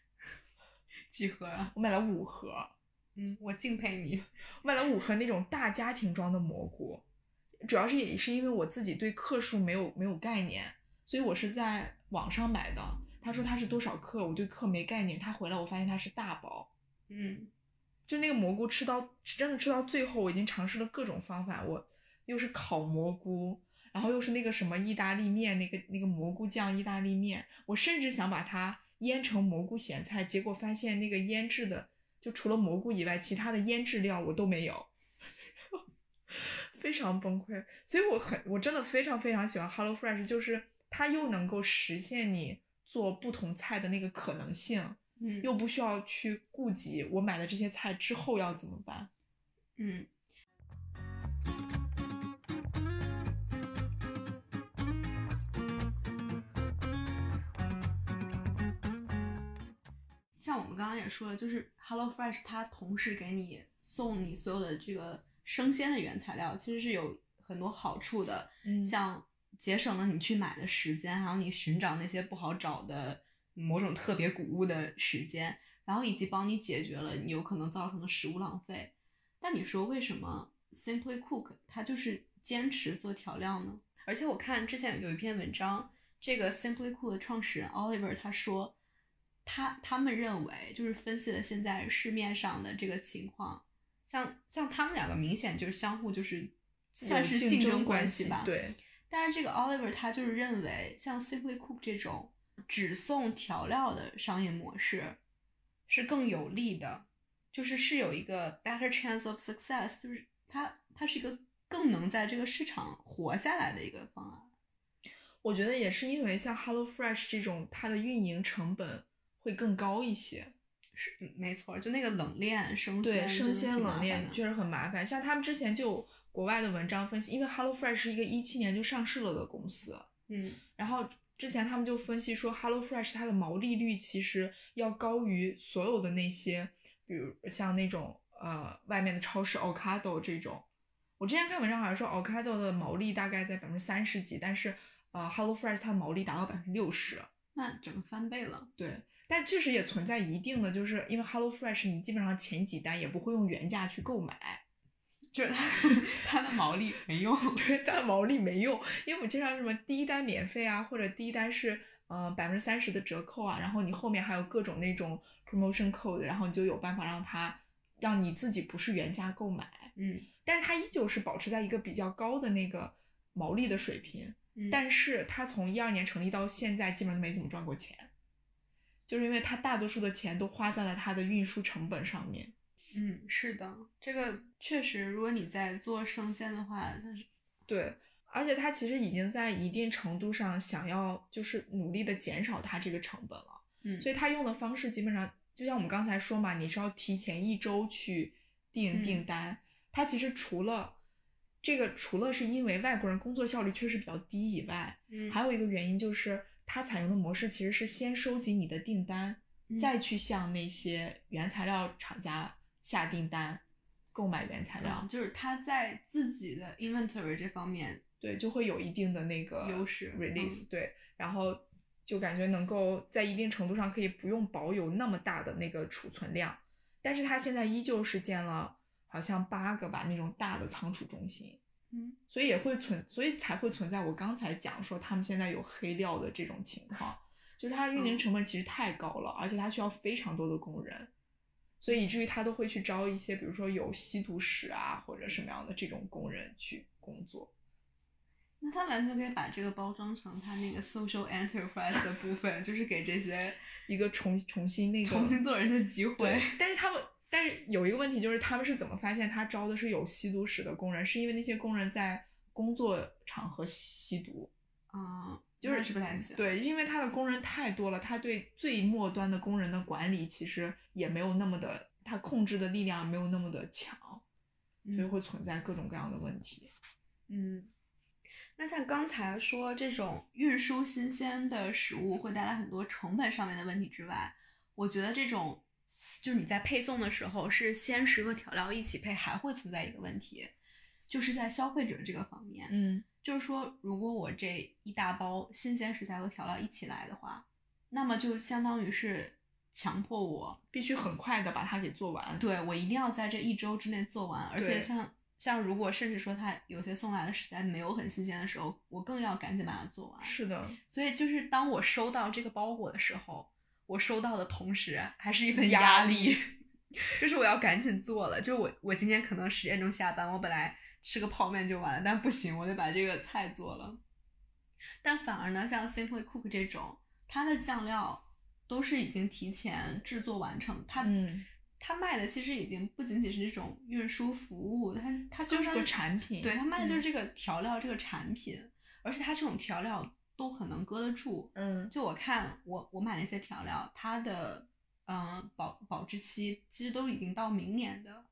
Speaker 1: 几盒啊？
Speaker 2: 我买了五盒，
Speaker 1: 嗯，我敬佩你。
Speaker 2: 我买了五盒那种大家庭装的蘑菇，主要是也是因为我自己对克数没有没有概念，所以我是在网上买的。他说它是多少克，我对克没概念。他回来我发现它是大包，
Speaker 1: 嗯
Speaker 2: 就那个蘑菇吃到真的吃到最后，我已经尝试了各种方法，我又是烤蘑菇，然后又是那个什么意大利面，那个那个蘑菇酱意大利面，我甚至想把它腌成蘑菇咸菜，结果发现那个腌制的，就除了蘑菇以外，其他的腌制料我都没有， 非常崩溃。所以我很我真的非常非常喜欢 Hello Fresh，就是它又能够实现你做不同菜的那个可能性。
Speaker 1: 嗯
Speaker 2: 又不需要去顾及我买的这些菜之后要怎么办。
Speaker 1: 嗯。像我们刚刚也说了，就是 HelloFresh 它同时给你送你所有的这个生鲜的原材料，其实是有很多好处的，
Speaker 2: 嗯
Speaker 1: 像节省了你去买的时间，还有你寻找那些不好找的某种特别谷物的时间，然后以及帮你解决了你有可能造成的食物浪费。但你说为什么 Simply Cook 它就是坚持做调料呢？而且我看之前有一篇文章，这个 Simply Cool 的创始人 Oliver 他说，他他们认为就是分析了现在市面上的这个情况，像像他们两个明显就是相互就是算是
Speaker 2: 竞
Speaker 1: 争
Speaker 2: 关
Speaker 1: 系吧，
Speaker 2: 对，
Speaker 1: 但是这个 Oliver 他就是认为，像 Simply Cook 这种只送调料的商业模式是更有利的，就是是有一个 better chance of success，就是它它是一个更能在这个市场活下来的一个方案。
Speaker 2: 我觉得也是因为像 HelloFresh 这种，它的运营成本会更高一些。
Speaker 1: 是，嗯没错，就那个冷链生
Speaker 2: 对，
Speaker 1: 鲜，
Speaker 2: 生鲜冷链确
Speaker 1: 就
Speaker 2: 实很麻烦。像他们之前就有国外的文章分析，因为 HelloFresh 是一个一七年就上市了的公司，
Speaker 1: 嗯，
Speaker 2: 然后之前他们就分析说，HelloFresh 它的毛利率其实要高于所有的那些，比如像那种呃外面的超市 Ocado 这种。我之前看文章好像说 Ocado 的毛利大概在百分之三十几，但是呃 HelloFresh 它的毛利达到百分之六十。
Speaker 1: 那整个翻倍 了。
Speaker 2: 对，但确实也存在一定的，就是因为 HelloFresh 你基本上前几单也不会用原价去购买，
Speaker 1: 就是它它的毛利没用，
Speaker 2: 对，但毛利没用，因为我经常什么第一单免费啊，或者第一单是呃百分之三十的折扣啊，然后你后面还有各种那种 promotion code，然后你就有办法让它让你自己不是原价购买，
Speaker 1: 嗯
Speaker 2: 但是它依旧是保持在一个比较高的那个毛利的水平，
Speaker 1: 嗯，
Speaker 2: 但是它从一二年成立到现在，基本上没怎么赚过钱，就是因为它大多数的钱都花在了它的运输成本上面。
Speaker 1: 嗯是的，这个确实，如果你在做生鲜的话，它是
Speaker 2: 对，而且它其实已经在一定程度上想要就是努力的减少它这个成本了，
Speaker 1: 嗯
Speaker 2: 所以它用的方式基本上就像我们刚才说嘛，你是要提前一周去订
Speaker 1: 嗯
Speaker 2: 订单，它其实除了。这个除了是因为外国人工作效率确实比较低以外，
Speaker 1: 嗯
Speaker 2: 还有一个原因就是它采用的模式其实是先收集你的订单，
Speaker 1: 嗯
Speaker 2: 再去向那些原材料厂家下订单，购买原材料，
Speaker 1: 嗯就是他在自己的 inventory 这方面，
Speaker 2: 对，就会有一定的那个
Speaker 1: 优势嗯
Speaker 2: release，、对，然后就感觉能够在一定程度上可以不用保有那么大的那个储存量，但是它现在依旧是建了好像八个吧那种大的仓储中心，
Speaker 1: 嗯，
Speaker 2: 所以也会存，所以才会存在我刚才讲说他们现在有黑料的这种情况，就是它
Speaker 1: 嗯
Speaker 2: 运营成本其实太高了，而且它需要非常多的工人。所以以至于他都会去招一些，比如说有吸毒史啊，或者什么样的这种工人去工作。
Speaker 1: 那他完全可以把这个包装成他那个 social enterprise 的部分， 就是给这些
Speaker 2: 一个重 重新那个
Speaker 1: 重新做人的机会
Speaker 2: 对。，但是他们但是有一个问题就是他们是怎么发现他招的是有吸毒史的工人？是因为那些工人在工作场合吸毒，
Speaker 1: 嗯，
Speaker 2: 就是
Speaker 1: 那是不太行。，
Speaker 2: 对，因为他的工人太多了，他对最末端的工人的管理其实也没有那么的，他控制的力量没有那么的强，所以
Speaker 1: 嗯
Speaker 2: 会存在各种各样的问题。
Speaker 1: 嗯。那像刚才说这种运输新鲜的食物会带来很多成本上面的问题之外，我觉得这种就是你在配送的时候是鲜食和调料一起配，还会存在一个问题，就是在消费者这个方面，
Speaker 2: 嗯
Speaker 1: 就是说，如果我这一大包新鲜食材和调料一起来的话，那么就相当于是强迫我，
Speaker 2: 必须很快的把它给做完。
Speaker 1: 对我一定要在这一周之内做完。而且
Speaker 2: 对
Speaker 1: 像像如果甚至说它有些送来的食材没有很新鲜的时候，我更要赶紧把它做完。
Speaker 2: 是的，
Speaker 1: 所以就是当我收到这个包裹的时候，我收到的同时还是一份
Speaker 2: 压
Speaker 1: 压力， 就是我要赶紧做了。就是我我今天可能十点钟下班，我本来吃个泡面就完了，但不行，我得把这个菜做了。但反而呢，像 Simply Cook 这种，它的酱料都是已经提前制作完成，它、
Speaker 2: 嗯，
Speaker 1: 它卖的其实已经不仅仅是这种运输服务，它它
Speaker 2: 就
Speaker 1: 更
Speaker 2: 是
Speaker 1: 像
Speaker 2: 个产品。
Speaker 1: 对，它卖的就是
Speaker 2: 嗯
Speaker 1: 这个调料、这个产品，而且它这种调料都很能搁得住。
Speaker 2: 嗯
Speaker 1: 就我看我我买了一些调料，它的嗯保保质期其实都已经到明年的，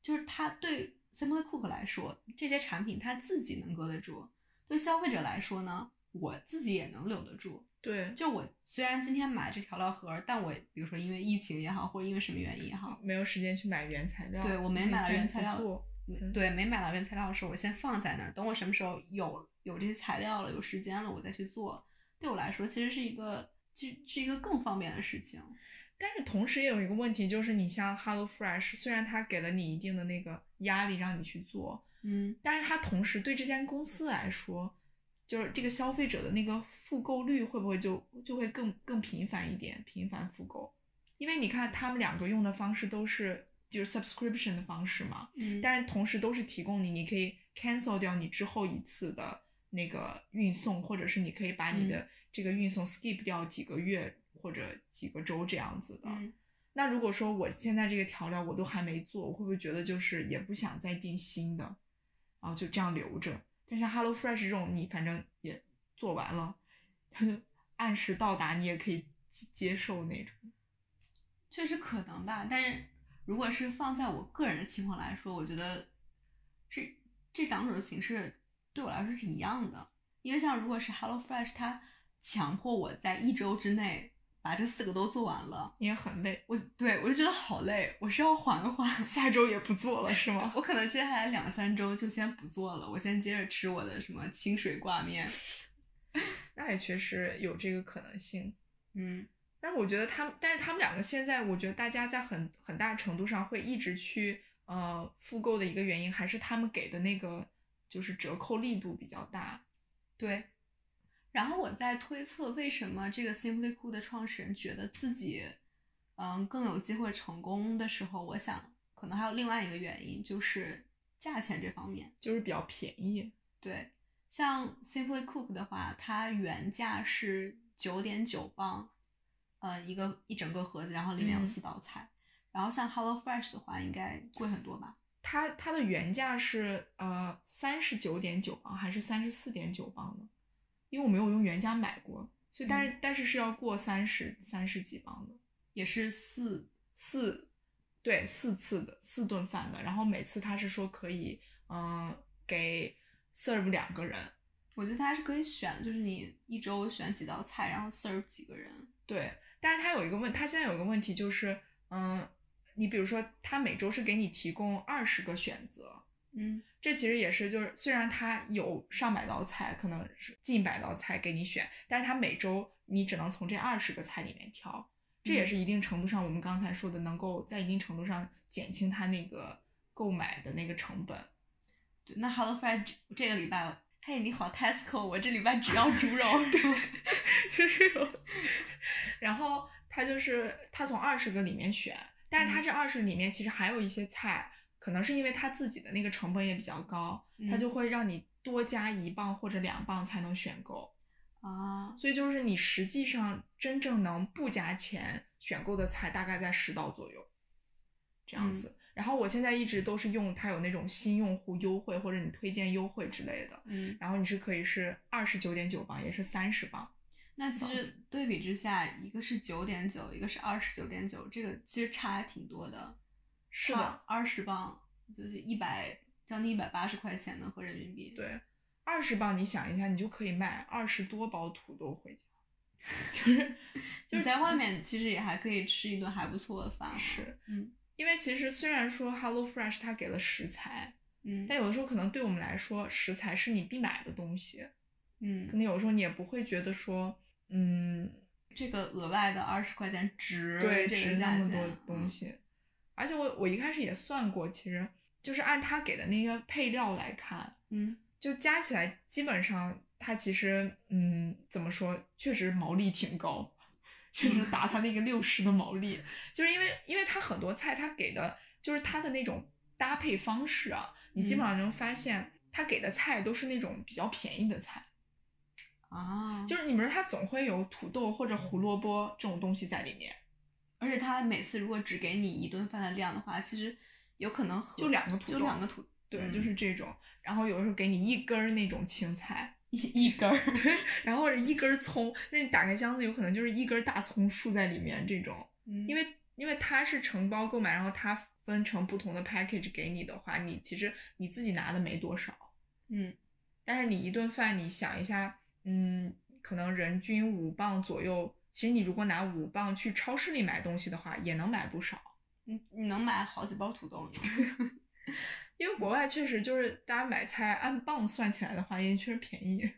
Speaker 1: 就是它对 Simple Cook 来说，这些产品它自己能搁得住；对消费者来说呢，我自己也能留得住。
Speaker 2: 对，
Speaker 1: 就我虽然今天买这调料盒儿，但我比如说因为疫情也好，或者因为什么原因也好，
Speaker 2: 没有时间去买原材料。
Speaker 1: 对我没
Speaker 2: 可以
Speaker 1: 买
Speaker 2: 先
Speaker 1: 原
Speaker 2: 不
Speaker 1: 材料
Speaker 2: 做
Speaker 1: 没
Speaker 2: 嗯
Speaker 1: 对，没买到原材料的时候，我先放在那儿，等我什么时候有有这些材料了，有时间了，我再去做。对我来说，其实是一个，其实是一个更方便的事情。
Speaker 2: 但是同时也有一个问题，就是你像 HelloFresh，虽然它给了你一定的那个压力让你去做，
Speaker 1: 嗯
Speaker 2: 但是它同时对这间公司来说，就是这个消费者的那个复购率会不会就就会更更频繁一点，频繁复购？因为你看他们两个用的方式都是就是 subscription 的方式嘛，
Speaker 1: 嗯，
Speaker 2: 但是同时都是提供你，你可以 cancel 掉你之后一次的那个运送，或者是你可以把你的这个运送 skip 掉几个月或者几个周这样子的。
Speaker 1: 嗯
Speaker 2: 那如果说我现在这个调料我都还没做，我会不会觉得就是也不想再订新的，然后就这样留着？但像 Hello Fresh 这种，你反正也做完了，它就按时到达，你也可以接接受那种。
Speaker 1: 确实可能吧，但是如果是放在我个人的情况来说，我觉得这这两种形式对我来说是一样的，因为像如果是 Hello Fresh，它强迫我在一周之内把这四个都做完了，
Speaker 2: 你也很累，
Speaker 1: 我对我就觉得好累，我是要缓缓，
Speaker 2: 下周也不做了是吗？
Speaker 1: 我可能接下来两三周就先不做了，我先接着吃我的什么清水挂面，
Speaker 2: 那也确实有这个可能性。
Speaker 1: 嗯
Speaker 2: 但是我觉得他们，但是他们两个现在，我觉得大家在很很大程度上会一直去呃复购的一个原因，还是他们给的那个就是折扣力度比较大。
Speaker 1: 对。然后我在推测，为什么这个 Simply Cool 的创始人觉得自己，嗯，更有机会成功的时候，我想可能还有另外一个原因，就是价钱这方面。
Speaker 2: 就是比较便宜。
Speaker 1: 对，像 Simply Cook 的话，它原价是九点九磅，呃，一个一整个盒子，然后里面有
Speaker 2: 嗯
Speaker 1: 四道菜。然后像 Hello Fresh 的话，应该贵很多吧？
Speaker 2: 它它的原价是呃三十九点九磅还是三十四点九磅呢？因为我没有用原价买过，所以但是、但是是要过三十三十几磅的
Speaker 1: 也是四
Speaker 2: 四，对四次的四顿饭的，然后每次他是说可以嗯、呃给 serve 两个人，
Speaker 1: 我觉得它是可以选的，就是你一周选几道菜，然后 serve 几个人。
Speaker 2: 对，但是他有一个问，他现在有一个问题就是，嗯，你比如说，他每周是给你提供二十个选择，
Speaker 1: 嗯
Speaker 2: 这其实也是就是，虽然他有上百道菜，可能是近百道菜给你选，但是他每周你只能从这二十个菜里面挑，这也
Speaker 1: 嗯
Speaker 2: 是一定程度上我们刚才说的，能够在一定程度上减轻他那个购买的那个成本。，
Speaker 1: 对，那 Hello Fresh 这这个礼拜，嘿，你好 Tesco，我这礼拜只要猪 肉。
Speaker 2: 就是有。然后他就是他从二十个里面选，但是他
Speaker 1: 嗯
Speaker 2: 这二十里面其实还有一些菜，可能是因为他自己的那个成本也比较高，他
Speaker 1: 嗯
Speaker 2: 就会让你多加一磅或者两磅才能选购。
Speaker 1: 啊，
Speaker 2: 所以就是你实际上真正能不加钱选购的菜大概在十道左右，这样
Speaker 1: 嗯
Speaker 2: 子。然后我现在一直都是用它有那种新用户优惠或者你推荐优惠之类的，
Speaker 1: 嗯，
Speaker 2: 然后你是可以是二十九点九磅，也是三十磅。
Speaker 1: 那其
Speaker 2: 嫂
Speaker 1: 实对比之下，一个是九点九，一个是二十九点九，这个其实差还挺多的。
Speaker 2: 是的，，
Speaker 1: 二十磅就是一百，将近一百八十块钱呢，合人民币。，
Speaker 2: 对，二十磅，你想一下，你就可以卖二十多包土豆回家， 就是就
Speaker 1: 就是
Speaker 2: 是
Speaker 1: 在
Speaker 2: 其
Speaker 1: 外面其实也还可以吃一顿还不错的饭。
Speaker 2: 是，
Speaker 1: 嗯
Speaker 2: 因为其实虽然说 Hello Fresh 它给了食材，
Speaker 1: 嗯
Speaker 2: 但有的时候可能对我们来说，食材是你必买的东西，可
Speaker 1: 嗯，
Speaker 2: 能有时候你也不会觉得说，嗯，
Speaker 1: 这个额外的二十块钱值
Speaker 2: 对，
Speaker 1: 嗯这
Speaker 2: 值
Speaker 1: 个
Speaker 2: 那
Speaker 1: 价
Speaker 2: 么
Speaker 1: 钱
Speaker 2: 多东
Speaker 1: 嗯
Speaker 2: 西。而且我我一开始也算过，其实就是按他给的那个配料来看，
Speaker 1: 嗯
Speaker 2: 就加起来基本上它其实嗯怎么说，确实毛利挺高，确实达它那个六十的毛利，就是因为因为它很多菜它给的就是它的那种搭配方式啊，你
Speaker 1: 嗯
Speaker 2: 基本上能发现它给的菜都是那种比较便宜的菜，
Speaker 1: 啊，
Speaker 2: 就是你比如它总会有土豆或者胡萝卜这种东西在里面，
Speaker 1: 而且他每次如果只给你一顿饭的量的话，其实有可能和
Speaker 2: 就两个土豆
Speaker 1: 就两个土，
Speaker 2: 对，
Speaker 1: 嗯
Speaker 2: 就是这种，然后有的时候给你一根儿那种青菜。
Speaker 1: 一一根儿。
Speaker 2: 对，然后或者一根儿葱，就是你打开箱子，有可能就是一根儿大葱竖在里面这种，
Speaker 1: 嗯
Speaker 2: 因为因为它是承包购买，然后它分成不同的 package 给你的话，你其实你自己拿的没多少，
Speaker 1: 嗯
Speaker 2: 但是你一顿饭，你想一下，嗯，可能人均五磅左右，其实你如果拿五磅去超市里买东西的话，也能买不少。
Speaker 1: 你你能买好几包土豆 呢。
Speaker 2: 因为国外确实就是大家买菜按磅算起来的话，也确实便宜，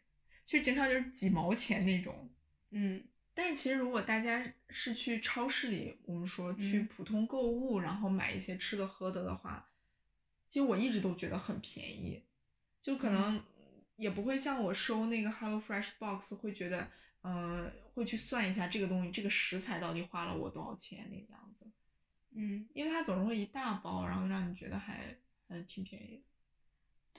Speaker 2: 就经常就是几毛钱那种。
Speaker 1: 嗯
Speaker 2: 但是其实如果大家是去超市里，我们说去
Speaker 1: 嗯
Speaker 2: 普通购物，然后买一些吃的喝的的话，其实我一直都觉得很便宜，就可能也不会像我收那个 Hello Fresh Box 会觉得，嗯、会去算一下这个东西这个食材到底花了我多少钱那个样子。
Speaker 1: 嗯，
Speaker 2: 因为它总是会一大包，然后让你觉得还还挺便宜的。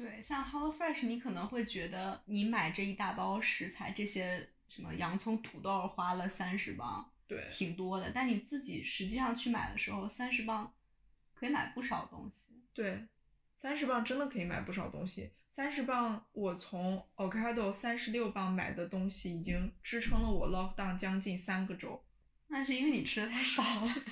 Speaker 1: 对，像 HelloFresh，你可能会觉得你买这一大包食材，这些什么洋葱、土豆花了三十磅，
Speaker 2: 对
Speaker 1: 挺多的。但你自己实际上去买的时候，三十磅可以买不少东西。
Speaker 2: 对，三十磅真的可以买不少东西。三十磅，我从 Ocado 三十六磅买的东西已经支撑了我 lockdown 将近三个周。
Speaker 1: 那是因为你吃的太少了。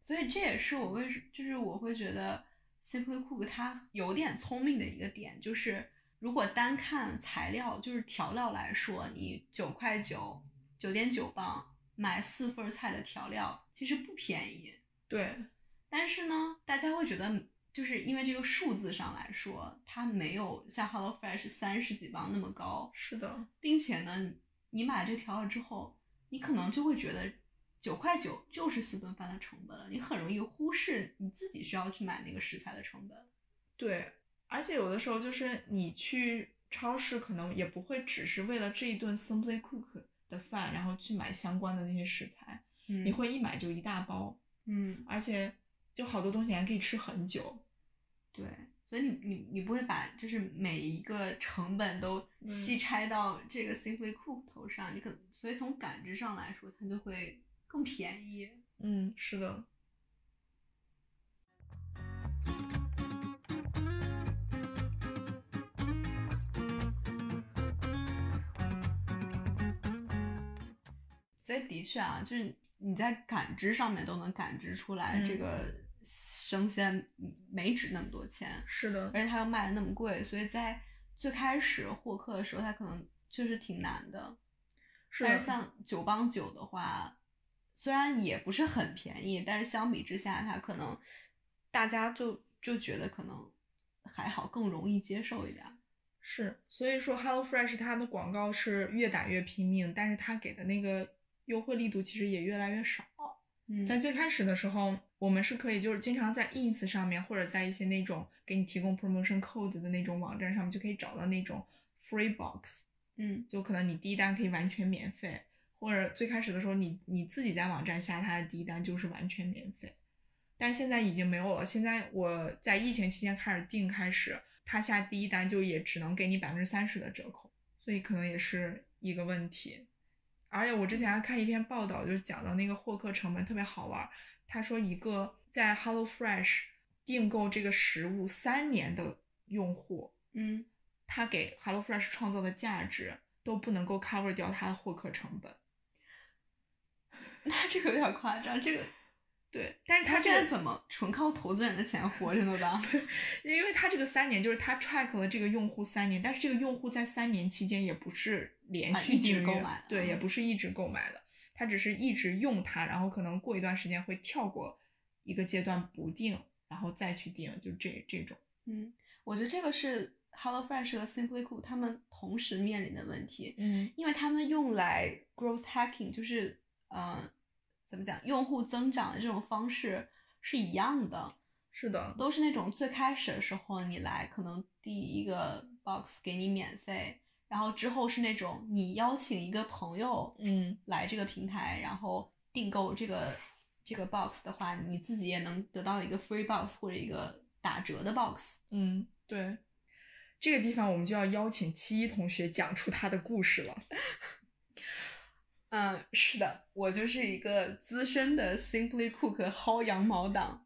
Speaker 1: 所以这也是我为什，就是我会觉得 Simply Cook 它有点聪明的一个点，就是如果单看材料，就是调料来说，你九块九、九点九磅买四份菜的调料，其实不便宜。
Speaker 2: 对，
Speaker 1: 但是呢，大家会觉得，就是因为这个数字上来说，它没有像 HelloFresh 三十几磅那么高，
Speaker 2: 是的，
Speaker 1: 并且呢，你买这调料之后，你可能就会觉得九块九就是四顿饭的成本了，你很容易忽视你自己需要去买那个食材的成本。
Speaker 2: 对。而且有的时候就是你去超市，可能也不会只是为了这一顿 Simply Cook 的饭，然后去买相关的那些食材，
Speaker 1: 嗯
Speaker 2: 你会一买就一大包，
Speaker 1: 嗯，
Speaker 2: 而且就好多东西你还可以吃很久。
Speaker 1: 对，所以你你你不会把就是每一个成本都细拆到这个 Simply Cook 头上，你可所以从感知上来说，它就会更便宜。
Speaker 2: 嗯，是的。
Speaker 1: 所以的确啊，就是你在感知上面都能感知出来，
Speaker 2: 嗯
Speaker 1: 这个生鲜没值那么多钱，
Speaker 2: 是的，
Speaker 1: 而且它又卖的那么贵，所以在最开始获客的时候，它可能就是挺难的。
Speaker 2: 是
Speaker 1: 但
Speaker 2: 的，
Speaker 1: 是像九磅九的话，虽然也不是很便宜，但是相比之下，它可能大家就就觉得可能还好，更容易接受一点。
Speaker 2: 是，所以说 HelloFresh 它的广告是越打越拼命，但是它给的那个优惠力度其实也越来越少。
Speaker 1: 嗯
Speaker 2: 在最开始的时候，我们是可以就是经常在 Ins 上面，或者在一些那种给你提供 promotion code 的那种网站上面，就可以找到那种 free box，
Speaker 1: 嗯
Speaker 2: 就可能你第一单可以完全免费，或者最开始的时候你你自己在网站下它的第一单就是完全免费，但现在已经没有了。现在我在疫情期间开始订开始，它下第一单就也只能给你百分之三十的折扣，所以可能也是一个问题。而且我之前还看一篇报道，就是讲到那个获客成本特别好玩儿，他说一个在 HelloFresh 订购这个食物三年的用户，
Speaker 1: 嗯，
Speaker 2: 他给 HelloFresh 创造的价值都不能够 cover 掉它的获客成本。
Speaker 1: 那这个有点夸张，这个。
Speaker 2: 对，但是
Speaker 1: 他
Speaker 2: 这
Speaker 1: 现
Speaker 2: 个
Speaker 1: 在怎么纯靠投资人的钱活着呢吧？
Speaker 2: 因为他这个三年就是他 track 了这个用户三年，但是这个用户在三年期间也不是连
Speaker 1: 啊
Speaker 2: 续
Speaker 1: 一直
Speaker 2: 订阅
Speaker 1: 购买的
Speaker 2: 对，
Speaker 1: 嗯
Speaker 2: 也不是一直购买的，他只是一直用它，然后可能过一段时间会跳过一个阶段不定，然后再去定，就这这种。
Speaker 1: 嗯，我觉得这个是 HelloFresh 和 Simply Cook 他们同时面临的问题，
Speaker 2: 嗯，
Speaker 1: 因为他们用来 growth hacking，就是呃，怎么讲，用户增长的这种方式是一样的，
Speaker 2: 是的，
Speaker 1: 都是那种最开始的时候你来，可能第一个 box 给你免费，然后之后是那种你邀请一个朋友，
Speaker 2: 嗯，
Speaker 1: 来这个平台，然后订购这个这个 box 的话，你自己也能得到一个 free box 或者一个打折的 box。
Speaker 2: 嗯，对。这个地方我们就要邀请七一同学讲出他的故事了。
Speaker 1: 嗯，是的，我就是一个资深的 Simply Cook 薅羊毛党。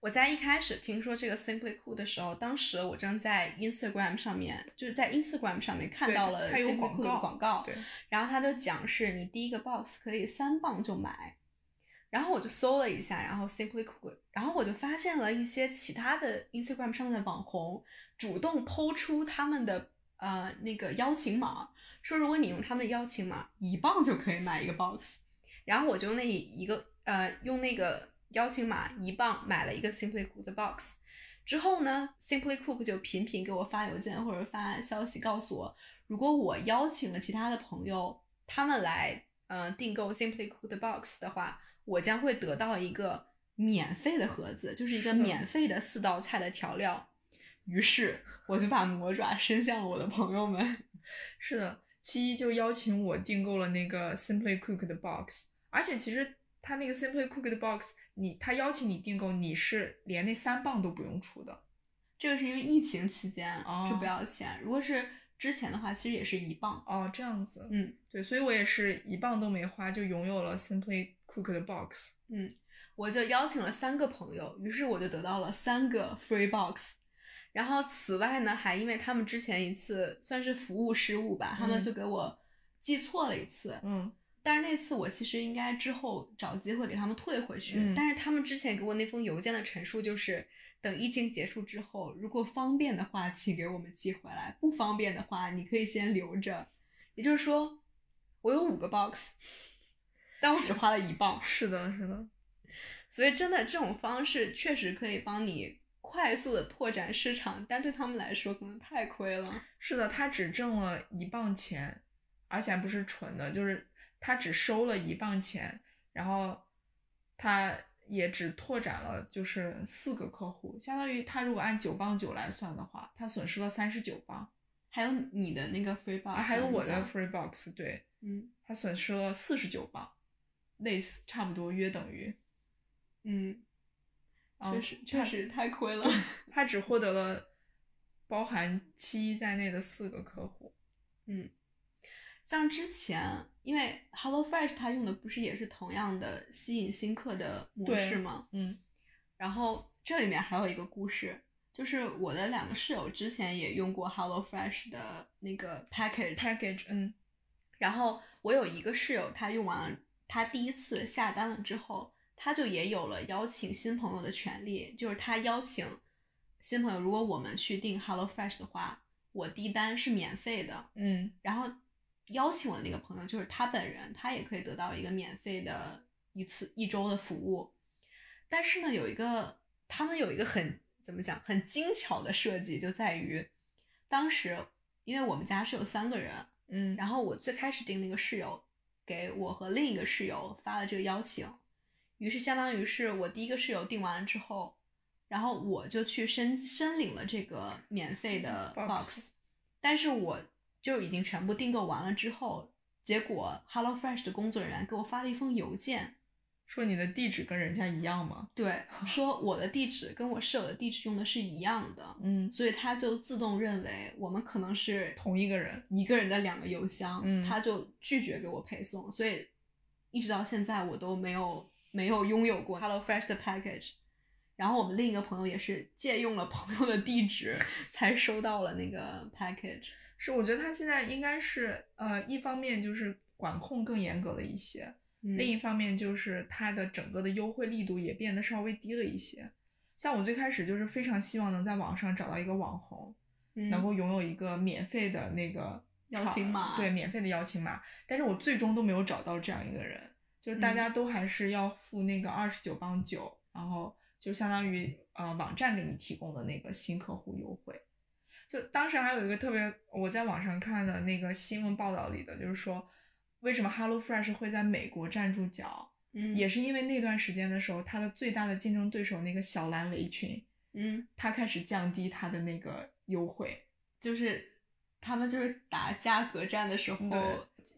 Speaker 1: 我在一开始听说这个 Simply Cook 的时候，当时我正在 Instagram 上面，就是在 Instagram 上面看
Speaker 2: 对
Speaker 1: 到
Speaker 2: 它
Speaker 1: 了
Speaker 2: 它有
Speaker 1: Simply
Speaker 2: 广
Speaker 1: Cook 的
Speaker 2: 告
Speaker 1: 广告，
Speaker 2: 对，
Speaker 1: 然后他就讲是你第一个 box 可以三磅就买，然后我就搜了一下，然后 Simply Cook，然后我就发现了一些其他的 Instagram 上面的网红主动抛出他们的呃那个邀请码，说如果你用他们的邀请码，一磅就可以买一个 box，然后我就那一个呃用那个邀请码一磅买了一个 Simply Cook 的 box。之后呢，Simply Cook 就频频给我发邮件或者发消息告诉我，如果我邀请了其他的朋友，他们来呃订购 Simply Cook 的 box 的话，我将会得到一个免费的盒子，就是一个
Speaker 2: 是的
Speaker 1: 免费的四道菜的调料。于是我就把魔爪伸向了我的朋友们。
Speaker 2: 是的，七一就邀请我订购了那个 Simply Cook 的 box，而且其实他那个 Simply Cook 的 box，你他邀请你订购，你是连那三磅都不用出的。
Speaker 1: 这个是因为疫情期间啊
Speaker 2: 哦
Speaker 1: 是不要钱，如果是之前的话，其实也是一磅。
Speaker 2: 哦，这样子，
Speaker 1: 嗯
Speaker 2: 对，所以我也是一磅都没花就拥有了 Simply Cook 的 box。
Speaker 1: 嗯，我就邀请了三个朋友，于是我就得到了三个 free box。然后此外呢，还因为他们之前一次算是服务失误吧，他们
Speaker 2: 嗯
Speaker 1: 就给我寄错了一次，
Speaker 2: 嗯
Speaker 1: 但是那次我其实应该之后找机会给他们退回去，
Speaker 2: 嗯
Speaker 1: 但是他们之前给我那封邮件的陈述就是，等疫情结束之后，如果方便的话，请给我们寄回来；不方便的话，你可以先留着。也就是说，我有五个 box，但我只花了一磅，
Speaker 2: 是的，是的，
Speaker 1: 所以真的这种方式确实可以帮你快速的拓展市场，但对他们来说可能太亏了。
Speaker 2: 是的，他只挣了一磅钱，而且还不是纯的，就是他只收了一磅钱，然后他也只拓展了就是四个客户，相当于他如果按九磅九来算的话，他损失了三十九磅，
Speaker 1: 还有你的那个 free box，
Speaker 2: 啊，还有我
Speaker 1: 你
Speaker 2: 的
Speaker 1: 想
Speaker 2: free box，对，
Speaker 1: 嗯
Speaker 2: 他损失了四十九磅，类似差不多约等于，
Speaker 1: 嗯，确
Speaker 2: 嗯
Speaker 1: 实、确
Speaker 2: 他
Speaker 1: 实太亏了。
Speaker 2: 他只获得了包含七一在内的四个客户，
Speaker 1: 像之前，因为 HelloFresh 它用的不是也是同样的吸引新客的模
Speaker 2: 对
Speaker 1: 式吗？
Speaker 2: 嗯
Speaker 1: 然后这里面还有一个故事，就是我的两个室友之前也用过 HelloFresh 的那个 package，
Speaker 2: ，package，嗯
Speaker 1: 然后我有一个室友，他用完了，他第一次下单了之后，他就也有了邀请新朋友的权利，就是他邀请新朋友，如果我们去订 HelloFresh 的话，我第一单是免费的，
Speaker 2: 嗯。
Speaker 1: 然后邀请我的那个朋友，就是他本人，他也可以得到一个免费的一次一周的服务。但是呢，有一个他们有一个很怎么讲，很精巧的设计，就在于当时因为我们家是有三个人，
Speaker 2: 嗯，
Speaker 1: 然后我最开始订那个室友给我和另一个室友发了这个邀请，于是相当于是我第一个室友订完了之后，然后我就去申申领了这个免费的
Speaker 2: Box
Speaker 1: box，但是我就已经全部订购完了之后，结果 HelloFresh 的工作人员给我发了一封邮件，
Speaker 2: 说你的地址跟人家一样吗？
Speaker 1: 对，说我的地址跟我室友的地址用的是一样的，
Speaker 2: 嗯，
Speaker 1: 所以他就自动认为我们可能是
Speaker 2: 同一个人。
Speaker 1: 一个人的两个邮箱，
Speaker 2: 嗯
Speaker 1: 他就拒绝给我配送，所以一直到现在我都没有没有拥有过 HelloFresh 的 package。然后我们另一个朋友也是借用了朋友的地址才收到了那个 package。
Speaker 2: 是，我觉得他现在应该是呃，一方面就是管控更严格了一些，另
Speaker 1: 嗯
Speaker 2: 一方面就是它的整个的优惠力度也变得稍微低了一些。像我最开始就是非常希望能在网上找到一个网红，
Speaker 1: 嗯
Speaker 2: 能够拥有一个免费的那个
Speaker 1: 邀
Speaker 2: 场
Speaker 1: 请码
Speaker 2: 对，免费的邀请码。但是我最终都没有找到这样一个人，就是大
Speaker 1: 嗯
Speaker 2: 家都还是要付那个二十九磅九，然后就相当于呃网站给你提供的那个新客户优惠。就当时还有一个特别，我在网上看的那个新闻报道里的，就是说为什么 HelloFresh 会在美国站住脚，
Speaker 1: 嗯
Speaker 2: 也是因为那段时间的时候，它的最大的竞争对手那个小蓝围裙，
Speaker 1: 嗯，
Speaker 2: 它开始降低它的那个优惠，
Speaker 1: 就是他们就是打价格战的时候，
Speaker 2: 对，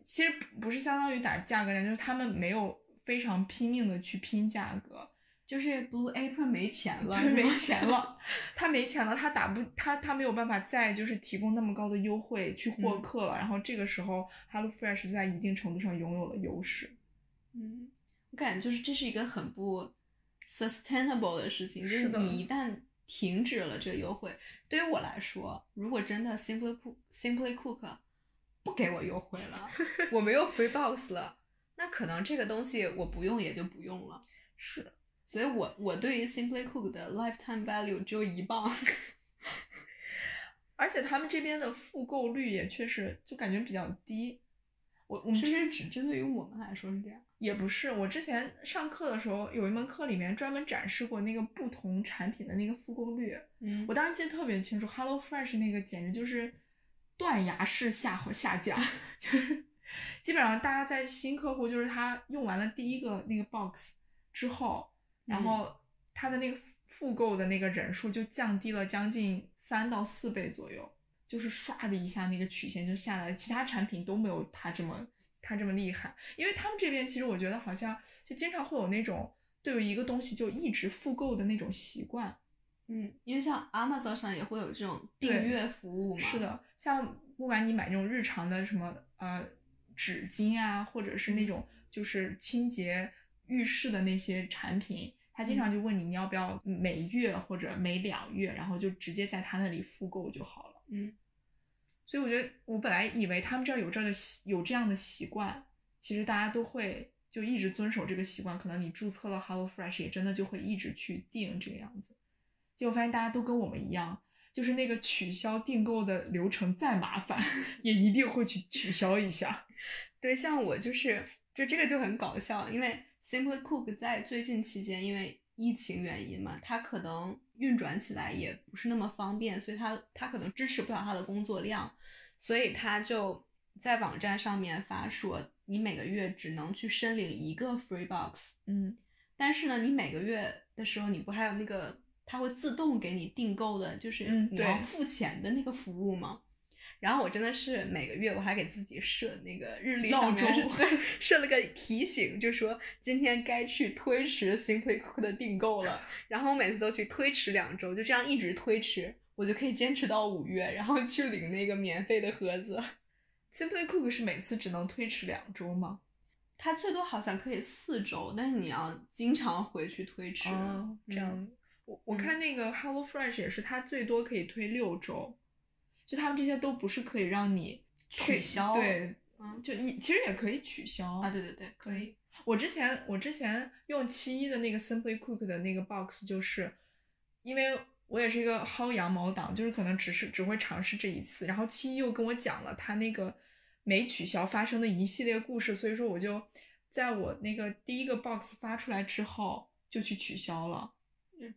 Speaker 2: 其实不是相当于打价格战，就是他们没有非常拼命的去拼价格，
Speaker 1: 就是 Blue Apron 没钱了，
Speaker 2: 对，
Speaker 1: 是吗
Speaker 2: 没钱了， 他没钱了，他打不，他他没有办法再就是提供那么高的优惠去获
Speaker 1: 嗯
Speaker 2: 客了。然后这个时候，HelloFresh 在一定程度上拥有了优势。
Speaker 1: 嗯，我感觉就是这是一个很不 sustainable 的事情，就是
Speaker 2: 的
Speaker 1: 你一旦停止了这个优惠，对于我来说，如果真的 Simply Cook Simply Cook 不给我优惠了，我没有 free box 了，那可能这个东西我不用也就不用了。
Speaker 2: 是，
Speaker 1: 所以我我对于 Simply Cook 的 lifetime value 只有一磅。
Speaker 2: 而且他们这边的复购率也确实就感觉比较低。我我们
Speaker 1: 是不
Speaker 2: 之
Speaker 1: 是
Speaker 2: 前
Speaker 1: 只针对于我们来说是这样？
Speaker 2: 也不是，我之前上课的时候有一门课里面专门展示过那个不同产品的那个复购率。
Speaker 1: 嗯
Speaker 2: 我当时记得特别清楚，HelloFresh 那个简直就是断崖式下滑下降， 就是基本上大家在新客户，就是他用完了第一个那个 box 之后，然
Speaker 1: 嗯
Speaker 2: 后他的那个复购的那个人数就降低了将近三到四倍左右，就是唰的一下那个曲线就下来，其他产品都没有它这么它这么厉害。因为他们这边其实我觉得好像就经常会有那种对于一个东西就一直复购的那种习惯。
Speaker 1: 嗯，因为像 Amazon 上也会有这种订
Speaker 2: 对
Speaker 1: 阅服务嘛。
Speaker 2: 是，的，像不管你买那种日常的什么呃纸巾啊，或者是那种就是清洁浴室的那些产品，他经常就问你你要不要每月或者每两月，然后就直接在他那里复购就好了。
Speaker 1: 嗯，
Speaker 2: 所以我觉得我本来以为他们这儿有这个习有这样的习惯，其实大家都会就一直遵守这个习惯，可能你注册了 HelloFresh 也真的就会一直去订这个样子。结果发现大家都跟我们一样，就是那个取消订购的流程再麻烦，也一定会去取消一下。
Speaker 1: 对，像我就是，就这个就很搞笑，因为 Simply Cook 在最近期间，因为疫情原因嘛，它可能运转起来也不是那么方便，所以它它可能支持不了它的工作量，所以它就在网站上面发说，你每个月只能去申领一个 Free Box，
Speaker 2: 嗯，
Speaker 1: 但是呢，你每个月的时候，你不还有那个它会自动给你订购的，就是
Speaker 2: 嗯
Speaker 1: 你要
Speaker 2: 对
Speaker 1: 付钱的那个服务吗？然后我真的是每个月我还给自己设那个日历
Speaker 2: 闹
Speaker 1: 上面是
Speaker 2: 钟
Speaker 1: 对设了个提醒，就说今天该去推迟 Simply Cook 的订购了。然后我每次都去推迟两周，就这样一直推迟，我就可以坚持到五月，然后去领那个免费的盒子。
Speaker 2: Simply Cook 是每次只能推迟两周吗？
Speaker 1: 它最多好像可以四周，但是你要经常回去推迟，这样
Speaker 2: 嗯我我看那个 Hello Fresh 也是，它最多可以推六周，就他们这些都不是可以让你
Speaker 1: 取
Speaker 2: 退
Speaker 1: 消
Speaker 2: 对，
Speaker 1: 嗯
Speaker 2: 就你其实也可以取消
Speaker 1: 啊，。对对对，可以。
Speaker 2: 我之前我之前用七一的那个 Simply Cook 的那个 box，就是因为我也是一个薅羊毛党，就是可能只是只会尝试这一次。然后七一又跟我讲了他那个没取消发生的一系列故事，所以说我就在我那个第一个 box 发出来之后就去取消了，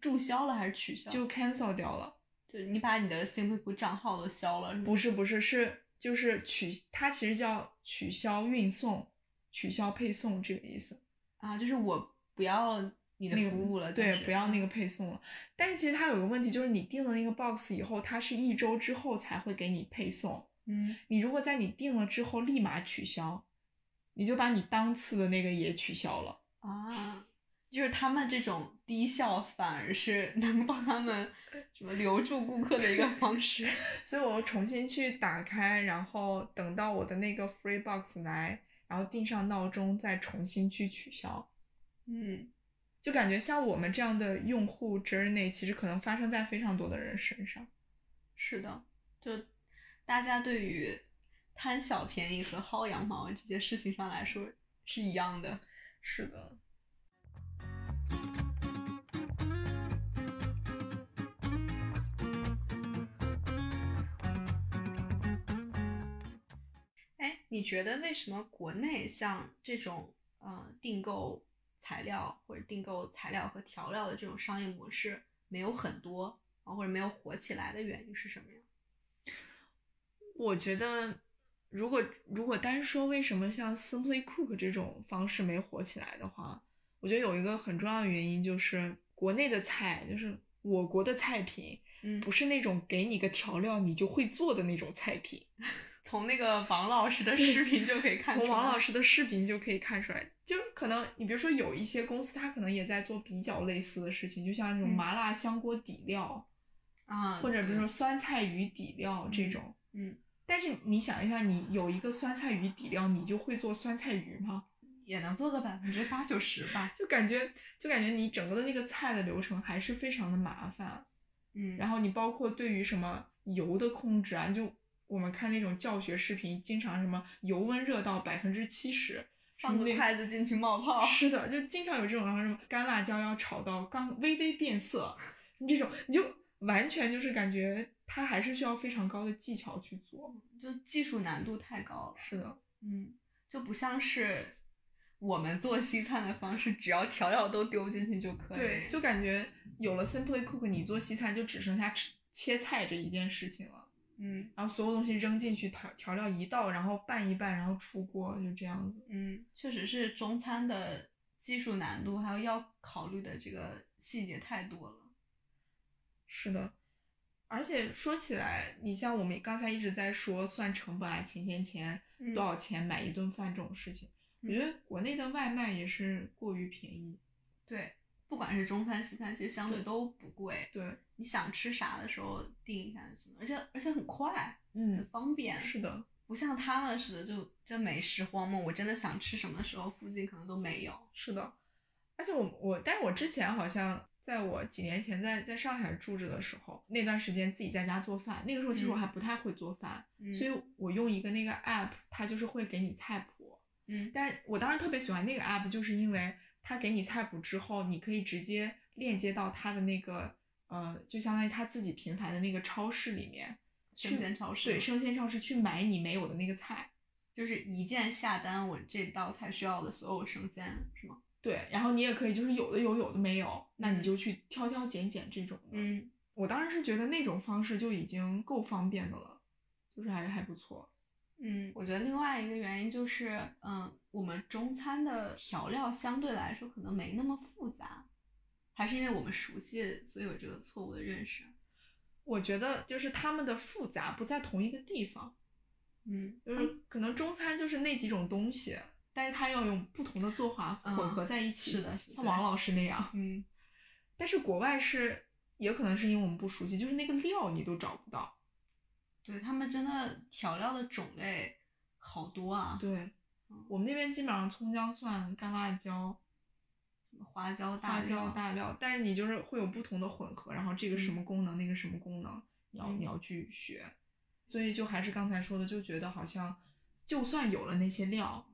Speaker 1: 注销了还是取消？
Speaker 2: 就 cancel 掉了。
Speaker 1: 就你把你的 Simply Cook 账号都消了，是吗
Speaker 2: 不是不是是就是取，它其实叫取消运送、取消配送这个意思。
Speaker 1: 啊，就是我不要你的
Speaker 2: 那个
Speaker 1: 服务了，嗯
Speaker 2: 对
Speaker 1: 暂，时
Speaker 2: 不要那个配送了。但是其实它有个问题，就是你订了那个 box 以后，它是一周之后才会给你配送。
Speaker 1: 嗯，
Speaker 2: 你如果在你订了之后立马取消，你就把你当次的那个也取消了。
Speaker 1: 啊，就是他们这种低效反而是能帮他 们什么留住顾客的一个方式。
Speaker 2: 所以我重新去打开，然后等到我的那个 free box 来，然后定上闹钟，再重新去取消。
Speaker 1: 嗯，
Speaker 2: 就感觉像我们这样的用户 journey，其实可能发生在非常多的人身上。
Speaker 1: 是的，就大家对于贪小便宜和薅羊毛这件事情上来说是一样的。
Speaker 2: 是的。
Speaker 1: 哎，你觉得为什么国内像这种呃订购材料或者订购材料和调料的这种商业模式没有很多啊，或者没有火起来的原因是什么呀？
Speaker 2: 我觉得，如果如果单说为什么像 Simply Cook 这种方式没火起来的话，我觉得有一个很重要的原因就是国内的菜，就是我国的菜品，
Speaker 1: 嗯
Speaker 2: 不是那种给你个调料你就会做的那种菜品。
Speaker 1: 从那个王老师的
Speaker 2: 对
Speaker 1: 视频就可以看出
Speaker 2: 从王老
Speaker 1: 师，
Speaker 2: 师的视频就可以看出来，就是可能你比如说有一些公司，它可能也在做比较类似的事情，就像那种
Speaker 1: 嗯
Speaker 2: 麻辣香锅底料，
Speaker 1: 啊，
Speaker 2: 或者比如说
Speaker 1: 对，
Speaker 2: 酸菜鱼底料这种。
Speaker 1: 嗯，
Speaker 2: 但是你想一下，你有一个酸菜鱼底料，你就会做酸菜鱼吗？
Speaker 1: 也能做个百分之八九十吧。
Speaker 2: 就感觉就感觉你整个的那个菜的流程还是非常的麻烦。
Speaker 1: 嗯，
Speaker 2: 然后你包括对于什么油的控制啊，就我们看那种教学视频，经常什么油温热到百分之七十，
Speaker 1: 放个筷子进去冒泡，
Speaker 2: 是的，就经常有这种，然后什么干辣椒要炒到刚微微变色，你这种你就完全就是感觉它还是需要非常高的技巧去做。
Speaker 1: 就技术难度太高了。
Speaker 2: 是的，
Speaker 1: 嗯，就不像是我们做西餐的方式，只要调料都丢进去就可以。
Speaker 2: 对，就感觉有了 Simply Cook，你做西餐就只剩下吃切菜这一件事情了，
Speaker 1: 嗯
Speaker 2: 然后所有东西扔进去，调调料一倒，然后拌一拌，然后出锅，就这样子。
Speaker 1: 嗯，确实是中餐的技术难度还有要考虑的这个细节太多了。
Speaker 2: 是的，而且说起来，你像我们刚才一直在说算成本啊，钱钱钱，
Speaker 1: 嗯
Speaker 2: 多少钱买一顿饭这种事情，我觉得国内的外卖也是过于便宜。
Speaker 1: 对，不管是中餐西餐，其实相对都不贵。
Speaker 2: 对，
Speaker 1: 你想吃啥的时候订一下就行了，而且而且很快，很
Speaker 2: 嗯，
Speaker 1: 方便。
Speaker 2: 是的，
Speaker 1: 不像他们似的，就这美食荒漠，我真的想吃什么的时候，附近可能都没有。
Speaker 2: 是的。而且我我，但是我之前好像在我几年前在在上海住着的时候，那段时间自己在家做饭，那个时候其实我
Speaker 1: 嗯
Speaker 2: 还不太会做饭，
Speaker 1: 嗯
Speaker 2: 所以我用一个那个 app，它就是会给你菜谱。
Speaker 1: 嗯
Speaker 2: 但我当时特别喜欢那个 app，就是因为它给你菜谱之后，你可以直接链接到它的那个呃，就相当于它自己平台的那个超市里面，去
Speaker 1: 生鲜超市
Speaker 2: 对生鲜超市去买你没有的那个菜。
Speaker 1: 就是一键下单，我这道菜需要的所有生鲜，是吗？
Speaker 2: 对，然后你也可以就是有的有，有的没有，那
Speaker 1: 嗯
Speaker 2: 你就去挑挑拣拣这种的。，
Speaker 1: 嗯，
Speaker 2: 我当时是觉得那种方式就已经够方便的了，就是还还不错。
Speaker 1: 嗯，我觉得另外一个原因就是，嗯，我们中餐的调料相对来说可能没那么复杂，还是因为我们熟悉，所以有这个错误的认识。
Speaker 2: 我觉得就是他们的复杂不在同一个地方，
Speaker 1: 嗯，
Speaker 2: 就是可能中餐就是那几种东西，但是它要用不同的做法
Speaker 1: 嗯
Speaker 2: 混合在一起，
Speaker 1: 是的是的
Speaker 2: 像王老师那样。
Speaker 1: 嗯，
Speaker 2: 但是国外是也可能是因为我们不熟悉，就是那个料你都找不到。
Speaker 1: 对他们真的调料的种类好多啊，
Speaker 2: 对
Speaker 1: 嗯，
Speaker 2: 我们那边基本上葱姜蒜、干辣椒、
Speaker 1: 什么花椒大
Speaker 2: 辣椒
Speaker 1: 料，
Speaker 2: 大料，但是你就是会有不同的混合，然后这个什么功能，那个什么功能，你要
Speaker 1: 嗯
Speaker 2: 你要去学，所以就还是刚才说的，就觉得好像就算有了那些料，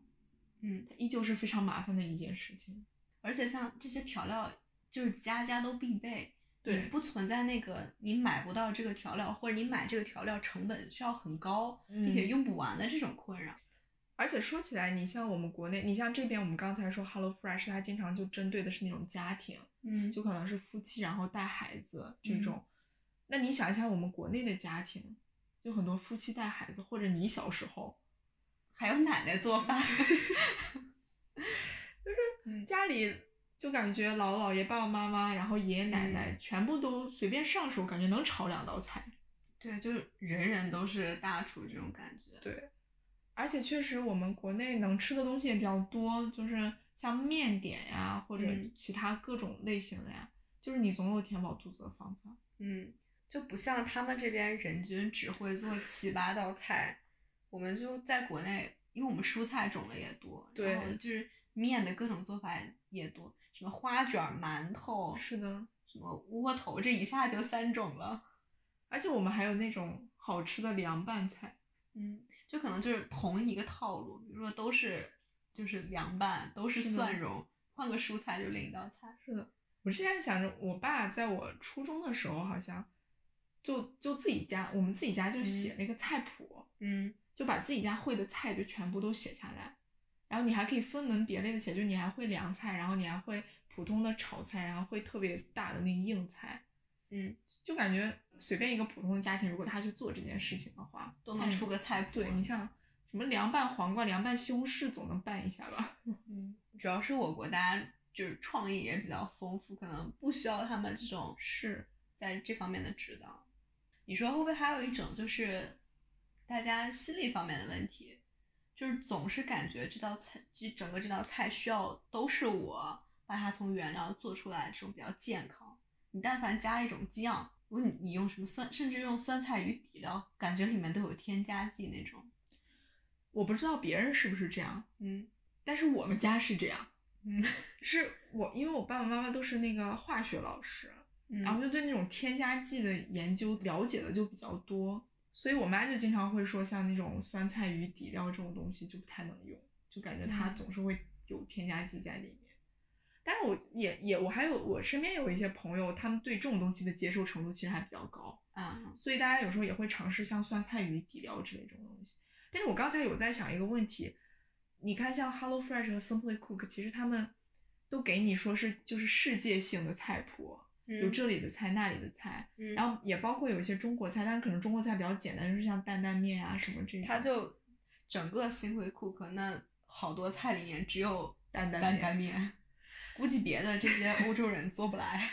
Speaker 1: 嗯，
Speaker 2: 依旧是非常麻烦的一件事情。
Speaker 1: 而且像这些调料就是家家都必备。
Speaker 2: 对
Speaker 1: 你不存在那个你买不到这个调料，或者你买这个调料成本需要很高，并且
Speaker 2: 嗯
Speaker 1: 用不完的这种困扰。
Speaker 2: 而且说起来，你像我们国内，你像这边我们刚才说 Hello Fresh，它经常就针对的是那种家庭，
Speaker 1: 嗯
Speaker 2: 就可能是夫妻然后带孩子这种。那你想一下，我们国内的家庭，就很多夫妻带孩子，或者你小时候，
Speaker 1: 还有奶奶做饭， 嗯
Speaker 2: 家里就感觉姥姥姥爷、爸爸妈妈，然后爷爷奶奶、全部都随便上手，感觉能炒两道菜。
Speaker 1: 对，就是人人都是大厨这种感觉。
Speaker 2: 对，而且确实我们国内能吃的东西也比较多，就是像面点呀，或者
Speaker 1: 嗯
Speaker 2: 其他各种类型的呀，就是你总有填饱肚子的方法。
Speaker 1: 嗯，就不像他们这边人均只会做七八道菜，我们就在国内，因为我们蔬菜种类也多，
Speaker 2: 对
Speaker 1: 然后就是面的各种做法也多，什么花卷儿、馒头，
Speaker 2: 是的，
Speaker 1: 什么窝头，这一下就三种了。
Speaker 2: 而且我们还有那种好吃的凉拌菜。
Speaker 1: 嗯，就可能就是同一个套路，比如说都是就是凉拌，都是
Speaker 2: 是的
Speaker 1: 蒜蓉，换个蔬菜就另一道菜。
Speaker 2: 是的，我之前想着，我爸在我初中的时候好像就就自己家，我们自己家就写那个菜谱。
Speaker 1: 嗯
Speaker 2: 就把自己家会的菜就全部都写下来，然后你还可以分门别类的写，就你还会凉菜，然后你还会普通的炒菜，然后会特别大的那个硬菜，
Speaker 1: 嗯，
Speaker 2: 就感觉随便一个普通的家庭，如果他去做这件事情的话，嗯
Speaker 1: 都能出个菜谱。
Speaker 2: 对你像什么凉拌黄瓜、凉拌西红柿，总能拌一下 吧？
Speaker 1: 嗯，主要是我国大家就是创意也比较丰富，可能不需要他们这种
Speaker 2: 是，
Speaker 1: 在这方面的指导。你说会不会还有一种就是大家心理方面的问题，就是总是感觉这道菜，这整个这道菜需要都是我把它从原料做出来，这种比较健康。你但凡加一种酱，如果你你用什么酸，甚至用酸菜鱼底料，感觉里面都有添加剂那种。
Speaker 2: 我不知道别人是不是这样，
Speaker 1: 嗯
Speaker 2: 但是我们家是这样，
Speaker 1: 嗯
Speaker 2: 是我因为我爸爸妈妈都是那个化学老师，
Speaker 1: 嗯
Speaker 2: 然后就对那种添加剂的研究了解的就比较多，所以我妈就经常会说，像那种酸菜鱼底料这种东西就不太能用，就感觉它
Speaker 1: 嗯
Speaker 2: 总是会有添加剂在里面。但是我也也我还有我身边有一些朋友，他们对这种东西的接受程度其实还比较高，
Speaker 1: 啊
Speaker 2: 所以大家有时候也会尝试像酸菜鱼底料之类这种东西。但是我刚才有在想一个问题，你看像 Hello Fresh 和 Simply Cook，其实他们都给你说是就是世界性的菜谱，有
Speaker 1: 有
Speaker 2: 这里的菜那里的菜，
Speaker 1: 嗯
Speaker 2: 然后也包括有一些中国菜，但是可能中国菜比较简单，就是像担担面啊什么这种。
Speaker 1: 它就整个新会 cook 那好多菜里面只有
Speaker 2: 担担
Speaker 1: 担
Speaker 2: 面
Speaker 1: 担面，估计别的这些欧洲人做不来。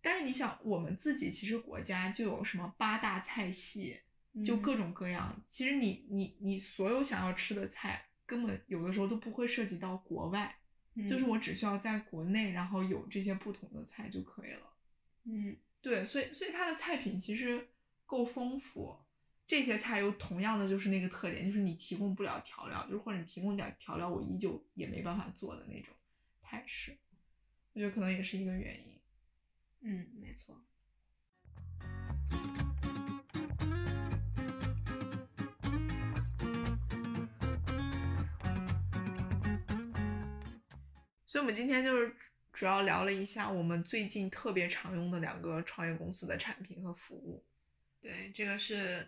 Speaker 2: 但是你想，我们自己其实国家就有什么八大菜系，就
Speaker 1: 嗯
Speaker 2: 各种各样。其实你你你所有想要吃的菜，根本有的时候都不会涉及到国外，
Speaker 1: 嗯
Speaker 2: 就是我只需要在国内，然后有这些不同的菜就可以了。
Speaker 1: 嗯
Speaker 2: 对，所以所以它的菜品其实够丰富。这些菜又同样的就是那个特点，就是你提供不了调料，就是或者你提供点调料，我依旧也没办法做的那种态势。我觉得可能也是一个原因。
Speaker 1: 嗯，没错。
Speaker 2: 所以，我们今天就是主要聊了一下我们最近特别常用的两个创业公司的产品和服务。
Speaker 1: 对，这个是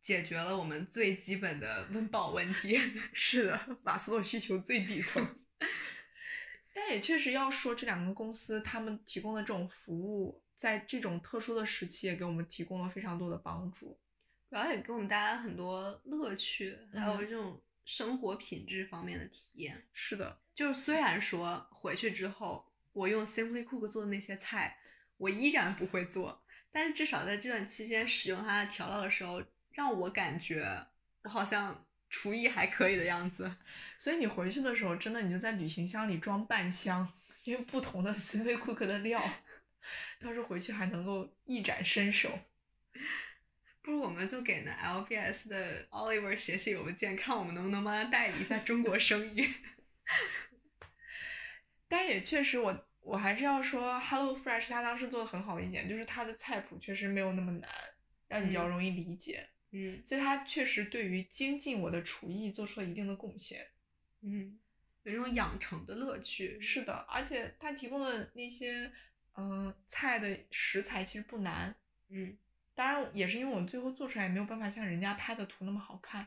Speaker 1: 解决了我们最基本的温饱问题。
Speaker 2: 是的，马斯洛需求最底 层。但也确实要说，这两个公司他们提供的这种服务，在这种特殊的时期也给我们提供了非常多的帮助。
Speaker 1: 主要也给我们带来很多乐趣，还有
Speaker 2: 嗯
Speaker 1: 这种生活品质方面的体验。
Speaker 2: 是的，
Speaker 1: 就是虽然说回去之后，我用 Simply Cook 做的那些菜，我依然不会做，但是至少在这段期间使用它的调料的时候，让我感觉我好像厨艺还可以的样子。
Speaker 2: 所以你回去的时候，真的你就在旅行箱里装半箱，因为不同的 C 位 cook 的料， 要是回去还能够一展身手。
Speaker 1: 不如我们就给那 LBS 的 Oliver 写写邮件，看我们能不能帮他代理一下中国 生意。
Speaker 2: 但是也确实我，我还是要说，Hello Fresh 它当时做的很好的一点，就是它的菜谱确实没有那么难，让你比较
Speaker 1: 嗯
Speaker 2: 容易理解，
Speaker 1: 嗯
Speaker 2: 所以它确实对于精进我的厨艺做出了一定的贡献。
Speaker 1: 嗯，有一种养成的乐趣。
Speaker 2: 是的，而且它提供的那些嗯、呃菜的食材其实不难，
Speaker 1: 嗯
Speaker 2: 当然也是因为我最后做出来也没有办法像人家拍的图那么好看，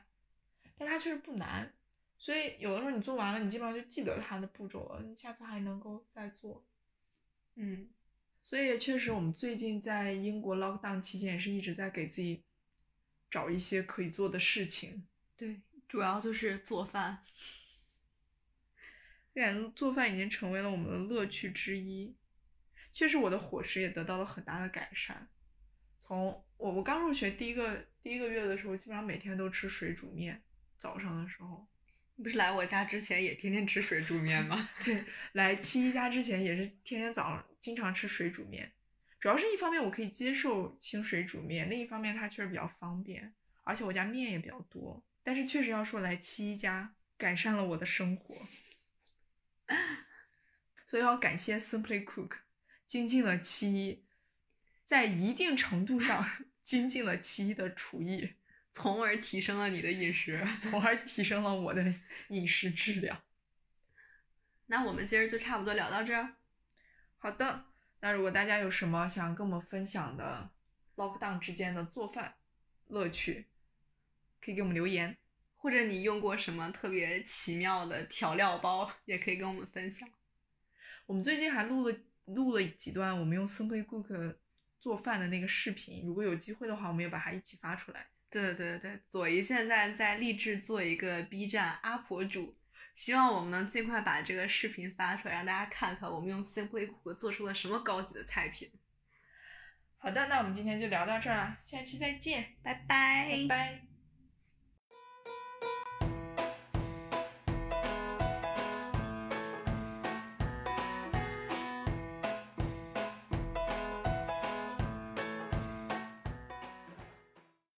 Speaker 2: 但它确实不难，所以有的时候你做完了，你基本上就记得它的步骤了，你下次还能够再做。
Speaker 1: 嗯
Speaker 2: 所以也确实，我们最近在英国 lockdown 期间也是一直在给自己找一些可以做的事情。
Speaker 1: 对，主要就是做饭。
Speaker 2: 感觉做饭已经成为了我们的乐趣之一。确实，我的伙食也得到了很大的改善。从我我刚入学第一个第一个月的时候，基本上每天都吃水煮面，早上的时候。
Speaker 1: 你不是来我家之前也天天吃水煮面吗？
Speaker 2: 对， 来七一家之前也是天天早上经常吃水煮面，主要是一方面我可以接受清水煮面，另一方面它确实比较方便，而且我家面也比较多。但是确实要说来七一家改善了我的生活， 所以要感谢 Simply Cook 精进了七一，在一定程度上 精进了七一的厨艺，
Speaker 1: 从而提升了你的饮食。
Speaker 2: 从而提升了我的饮食质量。
Speaker 1: 那我们今儿就差不多聊到这儿。
Speaker 2: 好的，那如果大家有什么想跟我们分享的 lockdown 之间的做饭乐趣，可以给我们留言。
Speaker 1: 或者你用过什么特别奇妙的调料包，也可以跟我们分享。
Speaker 2: 我们最近还录了录了几段我们用 Simply Cook 做饭的那个视频，如果有机会的话，我们也把它一起发出来。
Speaker 1: 对对对对，左一现在在立志做一个 B 站 UP 主，希望我们能尽快把这个视频发出来，让大家看看我们用 Simply Cook 做出了什么高级的菜品。
Speaker 2: 好的，那我们今天就聊到这儿了，下期再见，
Speaker 1: 拜拜
Speaker 2: 拜拜